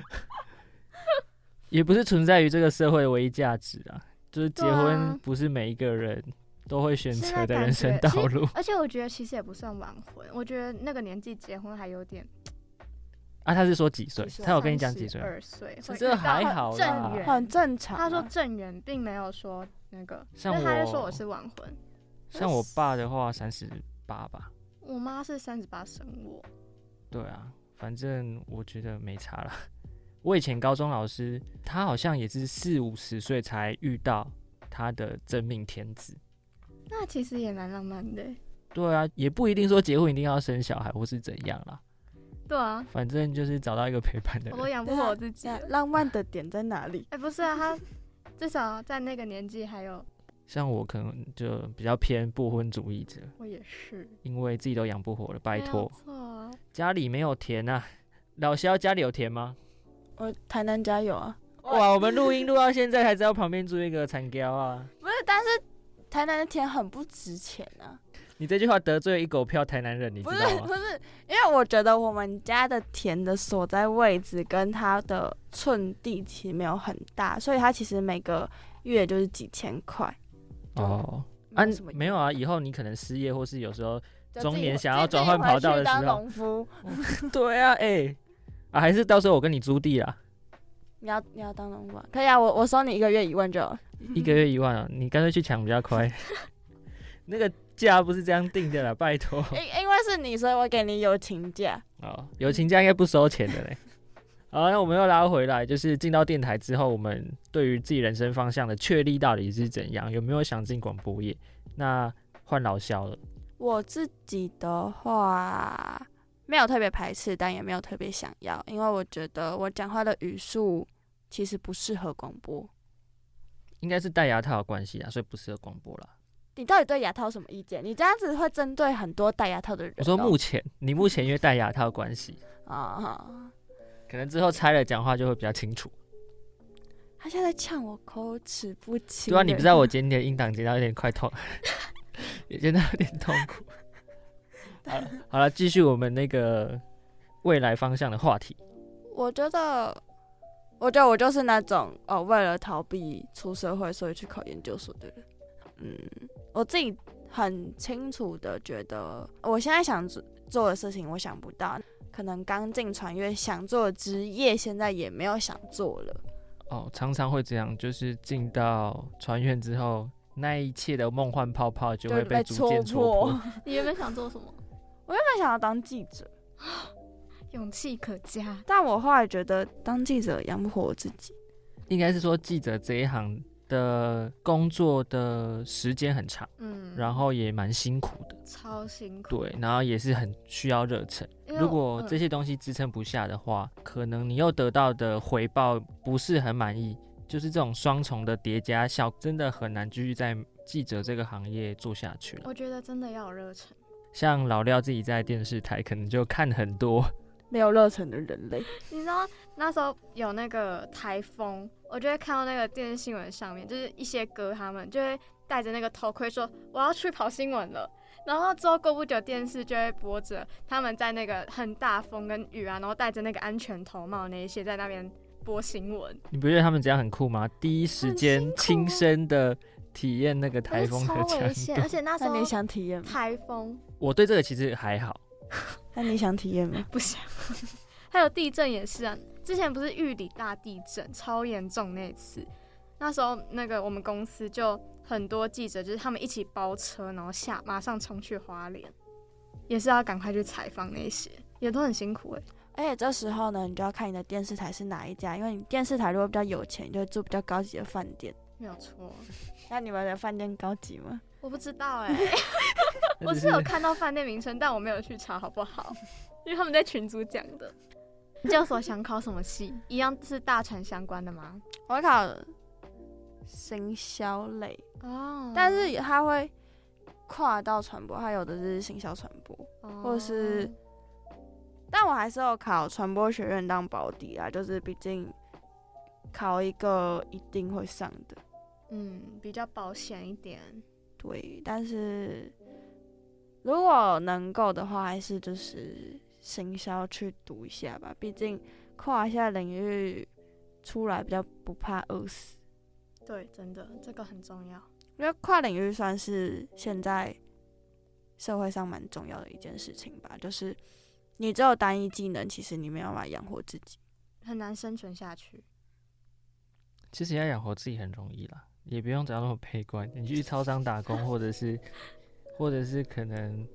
[SPEAKER 2] 也不是存在于这个社会唯一价值啊，就是结
[SPEAKER 3] 对啊
[SPEAKER 2] 婚不是每一个人都会选
[SPEAKER 3] 现
[SPEAKER 2] 择
[SPEAKER 3] 在
[SPEAKER 2] 的
[SPEAKER 3] 感
[SPEAKER 2] 人生
[SPEAKER 3] 觉
[SPEAKER 2] 道
[SPEAKER 3] 其实
[SPEAKER 2] 路
[SPEAKER 3] 而且我觉得其实也不算晚婚，我觉得那个年纪结婚还有点。
[SPEAKER 2] 啊。他是说几岁
[SPEAKER 1] 几？岁
[SPEAKER 2] 他有跟你讲几岁吗？啊
[SPEAKER 3] 二岁。会
[SPEAKER 2] 这
[SPEAKER 3] 遇到
[SPEAKER 2] 还好
[SPEAKER 3] 正
[SPEAKER 2] 啦
[SPEAKER 3] 缘，
[SPEAKER 1] 很正常啊。
[SPEAKER 3] 他说正缘，并没有说那个，
[SPEAKER 2] 像
[SPEAKER 3] 所以他就说
[SPEAKER 2] 我
[SPEAKER 3] 我是晚婚。
[SPEAKER 2] 像我爸的话，三十八吧。
[SPEAKER 3] 我妈是三十八生我，
[SPEAKER 2] 对啊，反正我觉得没差啦。我以前高中老师，他好像也是四五十岁才遇到他的真命天子。
[SPEAKER 3] 那其实也蛮浪漫的欸。
[SPEAKER 2] 对啊，也不一定说结婚一定要生小孩或是怎样啦，
[SPEAKER 3] 对啊，
[SPEAKER 2] 反正就是找到一个陪伴的
[SPEAKER 3] 我都
[SPEAKER 2] 人。
[SPEAKER 3] 养不活我自己
[SPEAKER 1] 那
[SPEAKER 3] 了。
[SPEAKER 1] 浪漫的点在哪里？
[SPEAKER 3] 哎、不是啊，他至少在那个年纪还有，
[SPEAKER 2] 像我可能就比较偏不婚主义者，
[SPEAKER 3] 我也是。啊
[SPEAKER 2] 因为自己都养不活了，拜
[SPEAKER 3] 没有
[SPEAKER 2] 托，
[SPEAKER 3] 错啊
[SPEAKER 2] 家里没有田啊，老肖家里有田吗？
[SPEAKER 1] 我台南家有啊，
[SPEAKER 2] 哇，我们录音录到现在才知道旁边住一个残雕啊！
[SPEAKER 1] 不是，但是台南的田很不值钱啊。
[SPEAKER 2] 你这句话得罪一狗票台南人，你知
[SPEAKER 1] 不是
[SPEAKER 2] 道啊
[SPEAKER 1] 不
[SPEAKER 2] 吗？
[SPEAKER 1] 是，因为我觉得我们家的田的所在位置跟它的寸地其实没有很大，所以它其实每个月就是几千块。
[SPEAKER 2] 哦，啊
[SPEAKER 1] 有什么，
[SPEAKER 2] 没有啊，以后你可能失业，或是有时候，
[SPEAKER 1] 就
[SPEAKER 2] 中
[SPEAKER 1] 自己
[SPEAKER 2] 年
[SPEAKER 1] 回
[SPEAKER 2] 想要
[SPEAKER 1] 自己
[SPEAKER 2] 转换
[SPEAKER 1] 回
[SPEAKER 2] 跑
[SPEAKER 1] 去
[SPEAKER 2] 道的
[SPEAKER 1] 当
[SPEAKER 2] 时候
[SPEAKER 1] 农夫，
[SPEAKER 2] 对啊，哎、啊，还是到时候我跟你租地啦，
[SPEAKER 1] 你要你要当农夫啊、可以啊，我我收你一个月一万就好 了。
[SPEAKER 2] 一个月一万啊，你干脆去抢比较快。 那个价不是这样定的啦，拜 托。
[SPEAKER 1] 因因为是你，所以我给你友情价。
[SPEAKER 2] 哦，友情价应该不收钱的嘞。好，那我们又拉回来，就是进到电台之后，我们对于自己人生方向的确立到底是怎样？有没有想进广播业？那换老肖了，
[SPEAKER 1] 我自己的话，没有特别排斥，但也没有特别想要，因为我觉得我讲话的语速其实不适合广播。
[SPEAKER 2] 应该是戴牙套的关系啊，所以不适合广播啦。
[SPEAKER 1] 你到底对牙套有什么意见？你这样子会针对很多戴牙套的人哦、
[SPEAKER 2] 我说目前，你目前因为戴牙套的关系，
[SPEAKER 1] 啊、哈
[SPEAKER 2] 可能之后拆了讲话就会比较清楚。
[SPEAKER 1] 他现在呛我口齿不清。
[SPEAKER 2] 对啊，你不知道我剪你的音档剪到有点快痛， 也剪到有点痛 苦。好了好了，继续我们那个未来方向的话题。
[SPEAKER 1] 我觉得，我觉得我就是那种哦，为了逃避出社会，所以去考研究所的人。嗯，我自己很清楚的觉得，我现在想做做的事情，我想不到，可能刚进传阅想做的职业，现在也没有想做了。
[SPEAKER 2] 哦，常常会这样，就是进到船院之后，那一切的梦幻泡泡就会
[SPEAKER 1] 就被
[SPEAKER 2] 逐
[SPEAKER 1] 戳
[SPEAKER 2] 渐戳破。
[SPEAKER 3] 你原本想做什么？
[SPEAKER 1] 我原本想要当记者，
[SPEAKER 3] 勇气可嘉。
[SPEAKER 1] 但我后来觉得当记者养不活我自己。
[SPEAKER 2] 应该是说，记者这一行的工作的时间很长，
[SPEAKER 3] 嗯，
[SPEAKER 2] 然后也蛮辛苦的，
[SPEAKER 3] 超辛苦。
[SPEAKER 2] 对，然后也是很需要热忱。
[SPEAKER 3] 因为
[SPEAKER 2] 如
[SPEAKER 3] 我嗯
[SPEAKER 2] 果这些东西支撑不下的话，可能你又得到的回报不是很满意，就是这种双重的叠加效，真的很难继续在记者这个行业做下去了。
[SPEAKER 3] 我觉得真的要有热忱。
[SPEAKER 2] 像老廖自己在电视台，可能就看很多。
[SPEAKER 1] 没有热忱的人类，
[SPEAKER 3] 你知道那时候有那个台风，我就会看到那个电视新闻上面，就是一些哥他们就会戴着那个头盔说我要去跑新闻了。然后之后过不久，电视就会播着他们在那个很大风跟雨啊，然后戴着那个安全头帽那一些在那边播新闻，
[SPEAKER 2] 你不觉得他们这样很酷吗？第一时间
[SPEAKER 3] 很辛
[SPEAKER 2] 亲
[SPEAKER 3] 苦
[SPEAKER 2] 身的体验那个台风
[SPEAKER 3] 而
[SPEAKER 2] 的
[SPEAKER 3] 且超
[SPEAKER 2] 强
[SPEAKER 3] 危险。而
[SPEAKER 2] 度。
[SPEAKER 3] 且那时
[SPEAKER 1] 那
[SPEAKER 3] 候
[SPEAKER 1] 你想体验吗？
[SPEAKER 3] 台风
[SPEAKER 2] 我对这个其实还好，
[SPEAKER 1] 那你想体验吗？
[SPEAKER 3] 不想， 还有地震也是啊。之前不是玉里大地震超严重那次，那时候那个我们公司就很多记者，就是他们一起包车，然后下马上冲去花莲，也是要赶快去采访那些，也都很辛苦哎、
[SPEAKER 1] 而且这时候呢，你就要看你的电视台是哪一家，因为你电视台如果比较有钱，你就会住比较高级的饭店。
[SPEAKER 3] 没有错，
[SPEAKER 1] 那你们的饭店高级吗？
[SPEAKER 3] 我不知道 哎、我是有看到饭店名称，但我没有去查好不好？ 因为他们在群组讲的。研究所想考什么系？一样是大船相关的吗？
[SPEAKER 1] 我考行销类，
[SPEAKER 3] 哦
[SPEAKER 1] 但是它会跨到传播，它有的是行销传播，
[SPEAKER 3] 哦
[SPEAKER 1] 或是但我还是有考传播学院当保底啊，就是毕竟考一个一定会上的，
[SPEAKER 3] 嗯，比较保险一点。
[SPEAKER 1] 对。但是如果能够的话，还是就是行销去读一下吧，毕竟跨一下领域出来比较不怕饿死。
[SPEAKER 3] 对，真的这个很重要。
[SPEAKER 1] 我觉得跨领域算是现在社会上蛮重要的一件事情吧，就是你只有单一技能，其实你没有办法养活自己。
[SPEAKER 3] 很难生存下去，
[SPEAKER 2] 其实要养活自己很容易啦，也不用讲那么悲观。你去超商打工，或 者是，或者是可能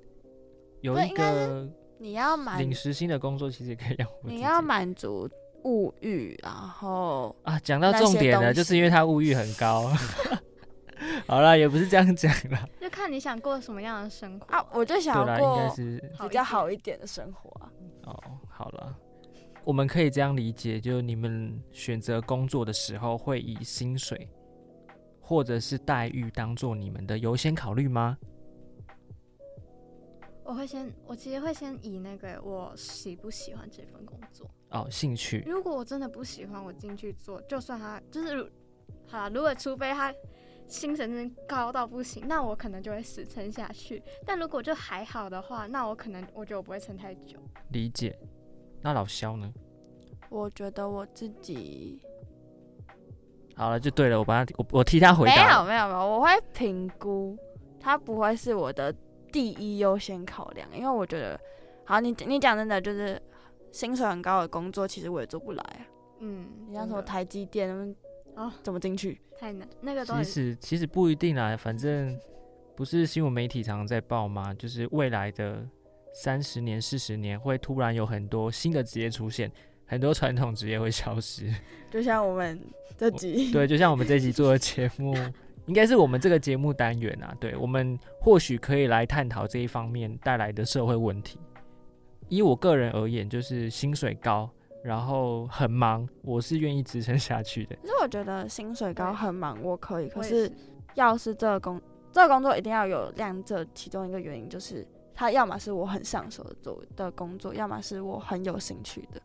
[SPEAKER 2] 有
[SPEAKER 1] 对
[SPEAKER 2] 一
[SPEAKER 1] 应该
[SPEAKER 2] 个
[SPEAKER 1] 你要满
[SPEAKER 2] 领，时薪的工作，其实也可以养活自己。
[SPEAKER 1] 你要满足物欲，然后
[SPEAKER 2] 啊，讲到
[SPEAKER 1] 那
[SPEAKER 2] 重
[SPEAKER 1] 些
[SPEAKER 2] 点
[SPEAKER 1] 东
[SPEAKER 2] 了，
[SPEAKER 1] 西
[SPEAKER 2] 就是因为他物欲很高。 好啦，也不是这样讲啦，
[SPEAKER 3] 就看你想过什么样的生活
[SPEAKER 1] 啊，我就想要
[SPEAKER 2] 对啦，应该
[SPEAKER 1] 过
[SPEAKER 2] 是
[SPEAKER 1] 比较好一点的生活、啊。
[SPEAKER 2] 哦，好了，我们可以这样理解，就是你们选择工作的时候，会以薪水或者是待遇当做你们的优先考虑吗？
[SPEAKER 3] 我会先，我其实会先以那个我喜不喜欢这份工作。
[SPEAKER 2] 哦，兴趣
[SPEAKER 3] 如果我真的不喜欢，我进去做，就算他就是如，好啦，如果除非他薪水真的高到不行，那我可能就会死撑下去。但如果就还好的话，那我可能我觉得我不会撑太久。
[SPEAKER 2] 理解。那老肖呢？
[SPEAKER 1] 我觉得我自己
[SPEAKER 2] 好了，就对了，我把他，我我替他回
[SPEAKER 1] 没
[SPEAKER 2] 答
[SPEAKER 1] 有
[SPEAKER 2] 了。
[SPEAKER 1] 没有没有，我会评估，它不会是我的第一优先考量，因为我觉得，好，你你讲真的就是薪水很高的工作，其实我也做不来啊。
[SPEAKER 3] 嗯，
[SPEAKER 1] 你像什么
[SPEAKER 3] 真的
[SPEAKER 1] 台积电，嗯
[SPEAKER 3] 哦
[SPEAKER 1] 怎么进去？
[SPEAKER 3] 太难，那个
[SPEAKER 2] 其
[SPEAKER 3] 都很
[SPEAKER 2] 实其实不一定啦，反正不是新闻媒体常常在报吗？就是未来的三十年、四十年会突然有很多新的职业出现，很多传统职业会消失。
[SPEAKER 1] 就像我们这集，
[SPEAKER 2] 对，就像我们这一集做的节目，应该是我们这个节目单元啊，对我们或许可以来探讨这一方面带来的社会问题。以我个人而言，就是薪水高，然后很忙，我是愿意支撑下去的。
[SPEAKER 1] 其实我觉得薪水高
[SPEAKER 3] 对
[SPEAKER 1] 很忙，我可以，可
[SPEAKER 3] 我也
[SPEAKER 1] 是要是这个工这个工作一定要有两者其中一个原因，就是它要么是我很上手的做的工作，要么是我很有兴趣的。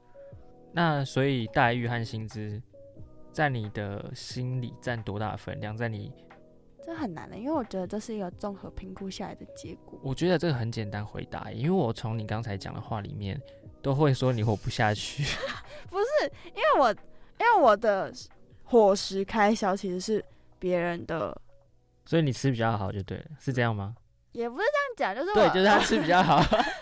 [SPEAKER 2] 那所以待遇和薪资在你的心里占多大的分量？在你，
[SPEAKER 1] 这很难的，因为我觉得这是一个综合评估下来的结果。
[SPEAKER 2] 我觉得这个很简单回答，欸因为我从你刚才讲的话里面都会说你活不下去。
[SPEAKER 1] 不是，因为我因为我的伙食开销其实是别人的，
[SPEAKER 2] 所以你吃比较好就对了，是这样吗？
[SPEAKER 1] 也不是这样讲，就是我
[SPEAKER 2] 对，就是他吃比较好。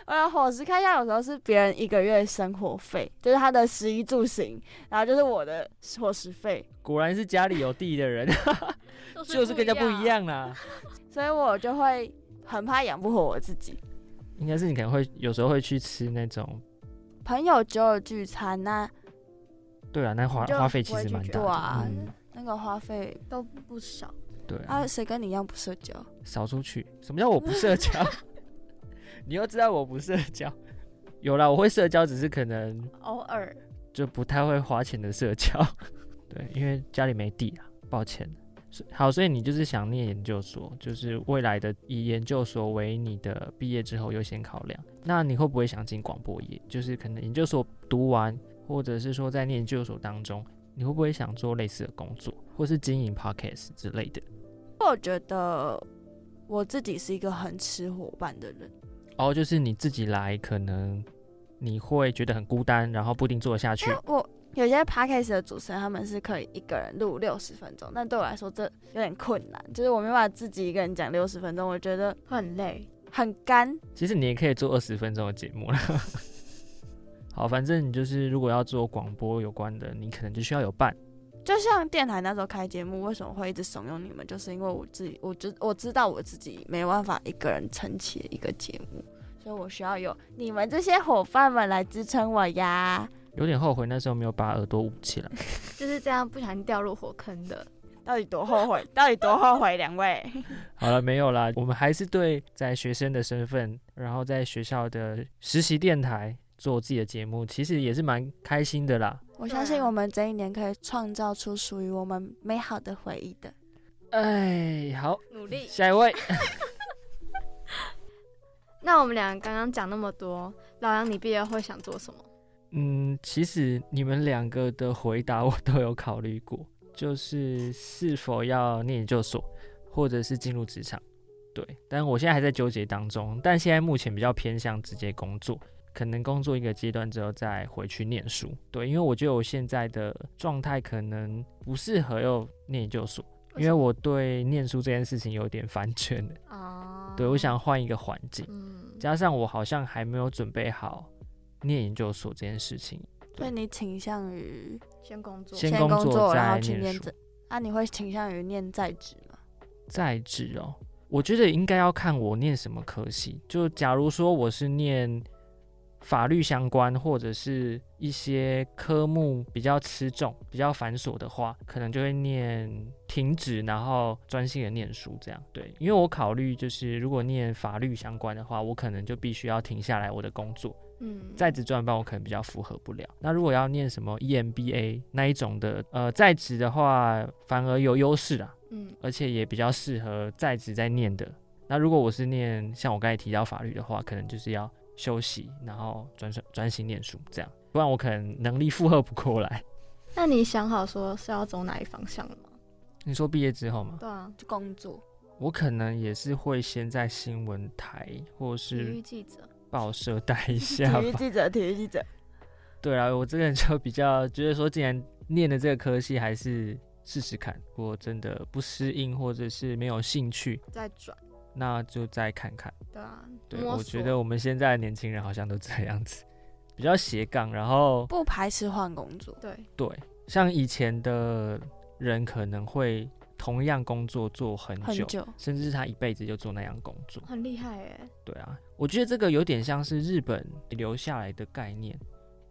[SPEAKER 1] 我的伙食开销有时候是别人一个月生活费，就是他的食衣住行，然后就是我的伙食费，
[SPEAKER 2] 果然是家里有地的人，就是跟人家不一。样啦。
[SPEAKER 1] 所以我就会很怕养不活我自己。
[SPEAKER 2] 应该是你可能会有时候会去吃那种，
[SPEAKER 1] 朋友酒友聚餐，那
[SPEAKER 2] 对啊，那花
[SPEAKER 1] 就
[SPEAKER 2] 花费其实蛮
[SPEAKER 1] 对
[SPEAKER 2] 大的。
[SPEAKER 1] 啊，
[SPEAKER 2] 嗯，
[SPEAKER 1] 那个花费
[SPEAKER 3] 都不少，
[SPEAKER 2] 对啊，
[SPEAKER 1] 啊，谁跟你一样不社交？
[SPEAKER 2] 少出去。什么叫我不社交？ 你又知道我不社交？有啦，我会社交，只是可能
[SPEAKER 3] 偶尔
[SPEAKER 2] 就不太会花钱的社交。 对，因为家里没地啊，抱歉。所以好，所以你就是想念研究所，就是未来的以研究所为你的毕业之后优先考量。那你会不会想进广播业？就是可能研究所读完，或者是说在念研究所当中，你会不会想做类似的工作，或是经营 podcast 之类的？
[SPEAKER 1] 我觉得我自己是一个很吃伙伴的人，
[SPEAKER 2] 哦，就是你自己来，可能你会觉得很孤单，然后不一定做得下去
[SPEAKER 1] 因为。我有些 podcast 的主持人他们是可以一个人录六十分钟，但对我来说这有点困难，就是我没办法自己一个人讲六十分钟，我觉得
[SPEAKER 3] 会很累，
[SPEAKER 1] 很干。
[SPEAKER 2] 其实你也可以做二十分钟的节目了。 好，反正你就是如果要做广播有关的，你可能就需要有伴。
[SPEAKER 1] 就像电台那时候开节目，为什么会一直怂恿你们？就是因为我自己，我知我知道我自己没办法一个人撑起一个节目，所以我需要有你们这些伙伴们来支撑我呀。
[SPEAKER 2] 有点后悔那时候没有把耳朵捂起 来。
[SPEAKER 3] 就是这样不小心掉入火坑的。
[SPEAKER 1] 到底多后悔？到底多后悔？两位，
[SPEAKER 2] 好了，没有啦，我们还是对在学生的身份，然后在学校的实习电台做自己的节目，其实也是蛮开心的啦。
[SPEAKER 1] 我相信我们这一年可以创造出属于我们美好的回忆的。
[SPEAKER 2] 哎，好，
[SPEAKER 3] 努力。
[SPEAKER 2] 下一位，
[SPEAKER 3] 那我们俩刚刚讲那么多，老杨，你毕业会想做什么？
[SPEAKER 2] 嗯，其实你们两个的回答 我都有考虑过，就是是否要念研究所，或者是进入职场。对，但我现在还在纠结当中，但现在目前比较偏向直接工作，可能工作一个阶段之后再回去念书。对，因为我觉得我现在的状态可能不适合又念研究所，因为我对念书这件事情有点烦倦了。
[SPEAKER 3] 啊，
[SPEAKER 2] 对，我想换一个环境，
[SPEAKER 3] 嗯，
[SPEAKER 2] 加上我好像还没有准备好念研究所这件事情。
[SPEAKER 1] 所以你倾向于
[SPEAKER 3] 先工作，
[SPEAKER 2] 先
[SPEAKER 1] 工
[SPEAKER 2] 工作
[SPEAKER 1] 然后
[SPEAKER 2] 再
[SPEAKER 1] 去
[SPEAKER 2] 念
[SPEAKER 1] 念
[SPEAKER 2] 书
[SPEAKER 1] 在，啊，你会倾向于念在职吗？
[SPEAKER 2] 在职哦，我觉得应该要看我念什么科系。就假如说我是念法律相关，或者是一些科目比较吃重、比较繁琐的话，可能就会念停止，然后专心的念书这样。对，因为我考虑就是如果念法律相关的话，我可能就必须要停下来我的工作，
[SPEAKER 3] 嗯，
[SPEAKER 2] 在职专班我可能比较符合不了。那如果要念什么 E EMBA 那一种的，呃，在职的话反而有优势啊。
[SPEAKER 3] 嗯，
[SPEAKER 2] 而且也比较适合在职在念的那如果我是念像我刚才提到法律的话，可能就是要休息，然后专心专心念书这样，不然我可能能力负荷不过来。
[SPEAKER 3] 那你想好说是要走哪一方向了吗？
[SPEAKER 2] 你说毕业之后吗？
[SPEAKER 3] 对啊，
[SPEAKER 1] 就工 作。
[SPEAKER 2] 我可能也是会先在新闻台或
[SPEAKER 3] 体育
[SPEAKER 2] 是
[SPEAKER 3] 记者。
[SPEAKER 2] 报社待一
[SPEAKER 1] 体
[SPEAKER 2] 下吧。
[SPEAKER 1] 育记者，体育记者，
[SPEAKER 2] 对啊，我这个人就比较觉得说，既然念的这个科系，还是试试看。如果真的不适应或者是没有兴趣，
[SPEAKER 3] 再转，
[SPEAKER 2] 那就再看看。
[SPEAKER 3] 对啊，
[SPEAKER 2] 对，
[SPEAKER 3] 摸
[SPEAKER 2] 我
[SPEAKER 3] 索
[SPEAKER 2] 觉得我们现在的年轻人好像都这样子，比较斜杠。然后
[SPEAKER 1] 不排斥换工作。
[SPEAKER 3] 对，
[SPEAKER 2] 对，像以前的人可能会同样工作做很
[SPEAKER 1] 很
[SPEAKER 2] 久，
[SPEAKER 1] 久
[SPEAKER 2] 甚至他一辈子就做那样工作。
[SPEAKER 3] 很厉害哎，
[SPEAKER 2] 对啊，我觉得这个有点像是日本留下来的概念。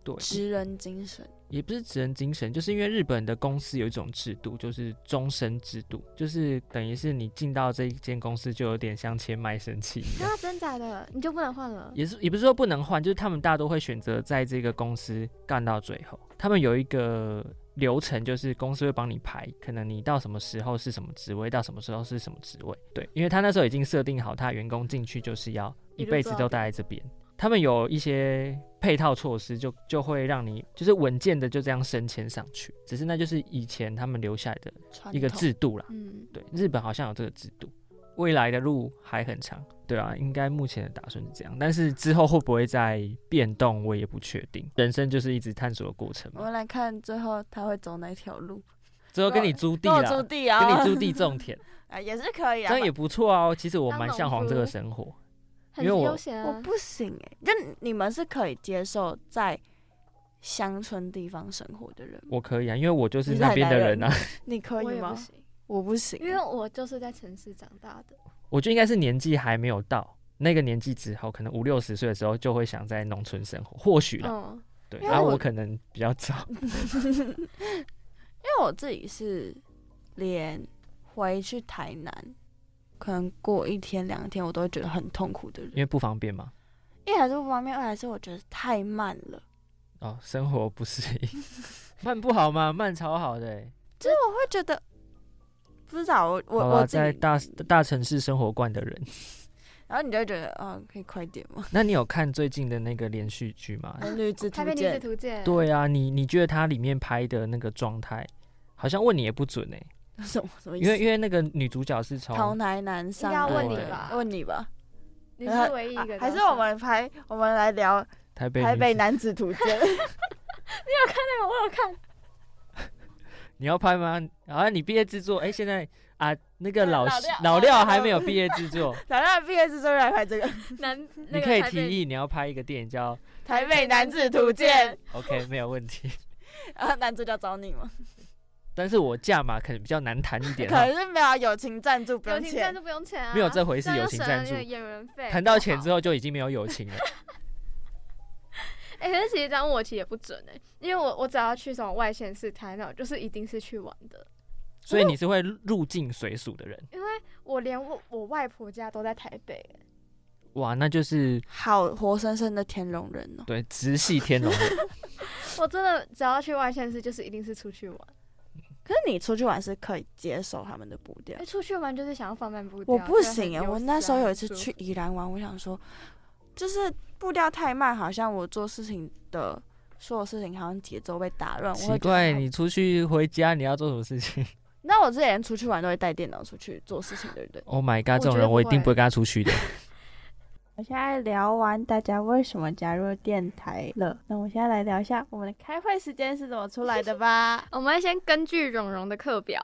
[SPEAKER 2] 对，
[SPEAKER 1] 职人精神，
[SPEAKER 2] 也不是职人精神，就是因为日本的公司有一种制度，就是终身制度，就是等于是你进到这一间公司，就有点像签卖身契一样。
[SPEAKER 3] 那啊真假的你就不能换了？
[SPEAKER 2] 也是也不是说不能换，就是他们大家都会选择在这个公司干到最后。他们有一个流程，就是公司会帮你排，可能你到什么时候是什么职位，到什么时候是什么职位。对，因为他那时候已经设定好，他员工进去就是要
[SPEAKER 3] 一
[SPEAKER 2] 一
[SPEAKER 3] 路
[SPEAKER 2] 辈
[SPEAKER 3] 做
[SPEAKER 2] 子
[SPEAKER 3] 到
[SPEAKER 2] 都待在这边。他们有一些配套措施就，就会让你就是稳健的就这样升迁上去。只是那就是以前他们留下来的
[SPEAKER 1] 传
[SPEAKER 2] 一个
[SPEAKER 1] 统
[SPEAKER 2] 制度啦。
[SPEAKER 3] 嗯，
[SPEAKER 2] 对，日本好像有这个制度，未来的路还很长，对啊，应该目前的打算是这样，但是之后会不会再变动，我也不确定。人生就是一直探索的过程
[SPEAKER 1] 我
[SPEAKER 2] 嘛。
[SPEAKER 1] 们来看最后他会走哪条路，
[SPEAKER 2] 之后跟你租地
[SPEAKER 1] 跟我
[SPEAKER 2] 啦，
[SPEAKER 1] 种地
[SPEAKER 2] 跟
[SPEAKER 1] 啊，
[SPEAKER 2] 你租地 种田，
[SPEAKER 1] 啊也是可以
[SPEAKER 2] 这
[SPEAKER 1] 啊。
[SPEAKER 2] 样也不错哦。其实我
[SPEAKER 3] 当
[SPEAKER 2] 蛮
[SPEAKER 3] 农
[SPEAKER 2] 向往这个
[SPEAKER 3] 夫
[SPEAKER 2] 生活，
[SPEAKER 3] 很
[SPEAKER 2] 因为我
[SPEAKER 3] 悠闲
[SPEAKER 1] 我
[SPEAKER 3] 啊。
[SPEAKER 1] 不行哎、就你们是可以接受在乡村地方生活的人吗，
[SPEAKER 2] 我可以啊，因为我就是
[SPEAKER 1] 你是
[SPEAKER 2] 那
[SPEAKER 1] 海
[SPEAKER 2] 边的
[SPEAKER 1] 南
[SPEAKER 2] 人啊，
[SPEAKER 1] 你可
[SPEAKER 3] 我
[SPEAKER 1] 以
[SPEAKER 3] 也
[SPEAKER 1] 吗
[SPEAKER 3] 不？行，
[SPEAKER 1] 我不行
[SPEAKER 3] 因为我就是在城市长大的。
[SPEAKER 2] 我觉得应该是年纪还没有到。那个年纪之后，可能五六十岁的时候就会想在农村生活，或许啦，
[SPEAKER 3] 嗯，
[SPEAKER 2] 对。
[SPEAKER 1] 因
[SPEAKER 2] 然
[SPEAKER 1] 为
[SPEAKER 2] 后、
[SPEAKER 1] 我
[SPEAKER 2] 我可能比较早，
[SPEAKER 1] 因为我自己是连回去台南，可能过一天两天，我都会觉得很痛苦的人
[SPEAKER 2] 因。为不方便嘛。
[SPEAKER 1] 一来是不方便，二来是我觉得太慢了，
[SPEAKER 2] 哦，生活不适 应，慢不好吗？慢超好的欸、
[SPEAKER 1] 我会觉得不知道我我
[SPEAKER 2] 好
[SPEAKER 1] 我
[SPEAKER 2] 啦
[SPEAKER 1] 自
[SPEAKER 2] 在
[SPEAKER 1] 己，嗯
[SPEAKER 2] 大大城市生活惯的人，
[SPEAKER 1] 然后你就会觉得啊，可以快点吗？
[SPEAKER 2] 那你有看最近的那个连续剧吗？
[SPEAKER 1] 女子图
[SPEAKER 3] 台北女子
[SPEAKER 1] 鉴，
[SPEAKER 3] 图鉴，
[SPEAKER 2] 对啊，你你觉得它里面拍的那个状态，好像问你也不准哎、
[SPEAKER 1] 什么什么意
[SPEAKER 2] 因为
[SPEAKER 1] 思？
[SPEAKER 2] 因为那个女主角是从
[SPEAKER 1] 桃南南上
[SPEAKER 3] 应该
[SPEAKER 2] 问你
[SPEAKER 1] 对
[SPEAKER 3] 吧
[SPEAKER 1] 问你吧，
[SPEAKER 3] 你是唯一一
[SPEAKER 1] 啊
[SPEAKER 3] 个。
[SPEAKER 1] 还是我？们拍我们来聊
[SPEAKER 2] 台北
[SPEAKER 1] 台
[SPEAKER 2] 女
[SPEAKER 1] 北
[SPEAKER 2] 子
[SPEAKER 1] 男子图鉴？
[SPEAKER 3] 那个我有看，
[SPEAKER 2] 你要拍吗？啊，你毕业制作哎、现在啊那个
[SPEAKER 1] 对
[SPEAKER 2] 老
[SPEAKER 1] 老廖
[SPEAKER 2] 老廖还没有
[SPEAKER 1] 老廖
[SPEAKER 2] 毕业制 作，
[SPEAKER 1] 咱俩毕业是最来拍这 个
[SPEAKER 3] 男，
[SPEAKER 2] 你
[SPEAKER 3] 那个
[SPEAKER 2] 可以
[SPEAKER 3] 台
[SPEAKER 2] 提
[SPEAKER 3] 北。
[SPEAKER 2] 议你要拍一个电影叫
[SPEAKER 1] 台北男子图鉴，
[SPEAKER 2] OK 没有问题，
[SPEAKER 1] 然后男主角找你吗？
[SPEAKER 2] 但是我价码可能比较难谈一点
[SPEAKER 1] 可
[SPEAKER 2] 哈，
[SPEAKER 1] 能是没有啊友情赞助，不
[SPEAKER 3] 友
[SPEAKER 1] 用
[SPEAKER 3] 情赞
[SPEAKER 1] 钱。
[SPEAKER 3] 助不用钱啊，
[SPEAKER 2] 没有这回事
[SPEAKER 3] 样
[SPEAKER 2] 友
[SPEAKER 3] 就
[SPEAKER 2] 情
[SPEAKER 3] 省了
[SPEAKER 2] 赞
[SPEAKER 3] 那个
[SPEAKER 2] 助
[SPEAKER 3] 演员费
[SPEAKER 2] 谈到钱之
[SPEAKER 3] 后，
[SPEAKER 2] 后就已经没有友情了。
[SPEAKER 3] 哎、可是其实这样问我其实也不准哎、因为我我只要去什么外县市台那，我就是一定是去玩的，
[SPEAKER 2] 所以你是会入境随俗的人，
[SPEAKER 3] 因为我连我我外婆家都在台北、欸，
[SPEAKER 2] 哇，那就是
[SPEAKER 1] 好活生生的天龙人哦，
[SPEAKER 2] 对直系天 龙人。
[SPEAKER 3] 我真的只要去外县市就是一定是出去玩，
[SPEAKER 1] 可是你出去玩是可以接受他们的步调
[SPEAKER 2] 啊
[SPEAKER 3] 哎、。出去玩就是想要放慢步调，
[SPEAKER 1] 我不行
[SPEAKER 3] 哎、
[SPEAKER 1] 哎、
[SPEAKER 4] 欸
[SPEAKER 1] 我那时候有一次去宜兰玩，我想说，就是步调太慢，好像我做事情的所有事情好像节奏被打乱。我
[SPEAKER 2] 奇
[SPEAKER 1] 会觉得
[SPEAKER 2] 怪，
[SPEAKER 1] 好
[SPEAKER 2] 你出去回家你要做什么事情
[SPEAKER 1] 那我之前出去玩都会带电脑出去做事情，对不对？
[SPEAKER 2] ？Oh my god，这
[SPEAKER 3] 我觉
[SPEAKER 2] 种
[SPEAKER 3] 得
[SPEAKER 2] 人我一
[SPEAKER 3] 不
[SPEAKER 2] 定不
[SPEAKER 3] 会。
[SPEAKER 2] 会跟他出去的。
[SPEAKER 1] 我现在聊完大家为什么加入电台了，那我现在来聊一下我们的开会时间是怎么出来的吧
[SPEAKER 3] 我们会先根据蓉蓉的课表，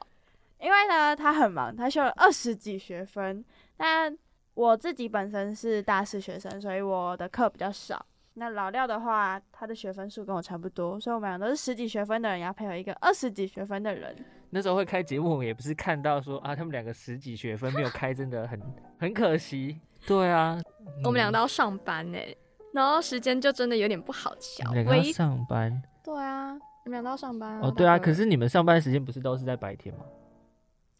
[SPEAKER 1] 因为呢，他很忙，他修了二十几学分。但我自己本身是大四学生，所以我的课比较少。那老廖的话，他的学分数跟我差不多，所以我们俩都是十几学分的人，也要配合一个 二十几学分的人。
[SPEAKER 2] 那时候会开节目，也不是看到说啊，他们两个十几学分没有开，真的很很可惜。 对啊，
[SPEAKER 3] 我们俩
[SPEAKER 2] 嗯
[SPEAKER 3] 都要上班哎、然后时间就真的有点不好瞧
[SPEAKER 2] 你们，两
[SPEAKER 3] 唯
[SPEAKER 2] 个要
[SPEAKER 3] 一嗯
[SPEAKER 2] 上班
[SPEAKER 3] 对啊，你们俩都要上班
[SPEAKER 2] 哦，对啊，
[SPEAKER 3] 大哥
[SPEAKER 2] 可是你们上班时间不是都是在白天吗？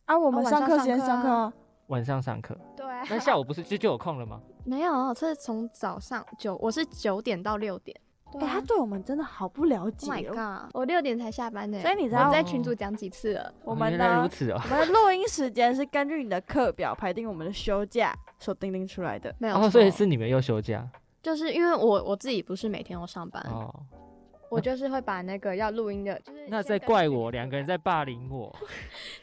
[SPEAKER 1] 啊，我
[SPEAKER 3] 们
[SPEAKER 1] 们
[SPEAKER 3] 上
[SPEAKER 1] 上
[SPEAKER 3] 课
[SPEAKER 1] 课时
[SPEAKER 3] 时间
[SPEAKER 1] 间
[SPEAKER 3] 上
[SPEAKER 1] 上
[SPEAKER 3] 课啊
[SPEAKER 1] 课，
[SPEAKER 2] 晚上上课，
[SPEAKER 3] 对啊、
[SPEAKER 2] 那下午不是就就有空了吗？
[SPEAKER 3] 没有，这是从早上九，我是九点到六点。
[SPEAKER 1] 哎、他对我们真的好不了解
[SPEAKER 3] 啊 Oh my
[SPEAKER 1] 哦。
[SPEAKER 3] god！我六点才下班呢、
[SPEAKER 1] 所以你知
[SPEAKER 2] 我
[SPEAKER 1] 道
[SPEAKER 2] 们
[SPEAKER 3] 在
[SPEAKER 2] 在
[SPEAKER 3] 群主讲几次了？
[SPEAKER 1] 我
[SPEAKER 2] 哦
[SPEAKER 1] 们
[SPEAKER 2] 原来
[SPEAKER 1] 呢
[SPEAKER 2] 如，此哦
[SPEAKER 1] 我，们的录音时间是根据你的课表排定我们的休假，所订定出来的。
[SPEAKER 3] 没有错、
[SPEAKER 2] 哦，所以是你们又休假
[SPEAKER 3] 就是因为我我自己不是每天都上班，
[SPEAKER 2] 哦，
[SPEAKER 3] 我就是会把那个要录音的，就是
[SPEAKER 2] 那
[SPEAKER 3] 先
[SPEAKER 2] 在
[SPEAKER 3] 跟
[SPEAKER 2] 怪
[SPEAKER 3] 你
[SPEAKER 2] 我，两个人在霸凌我，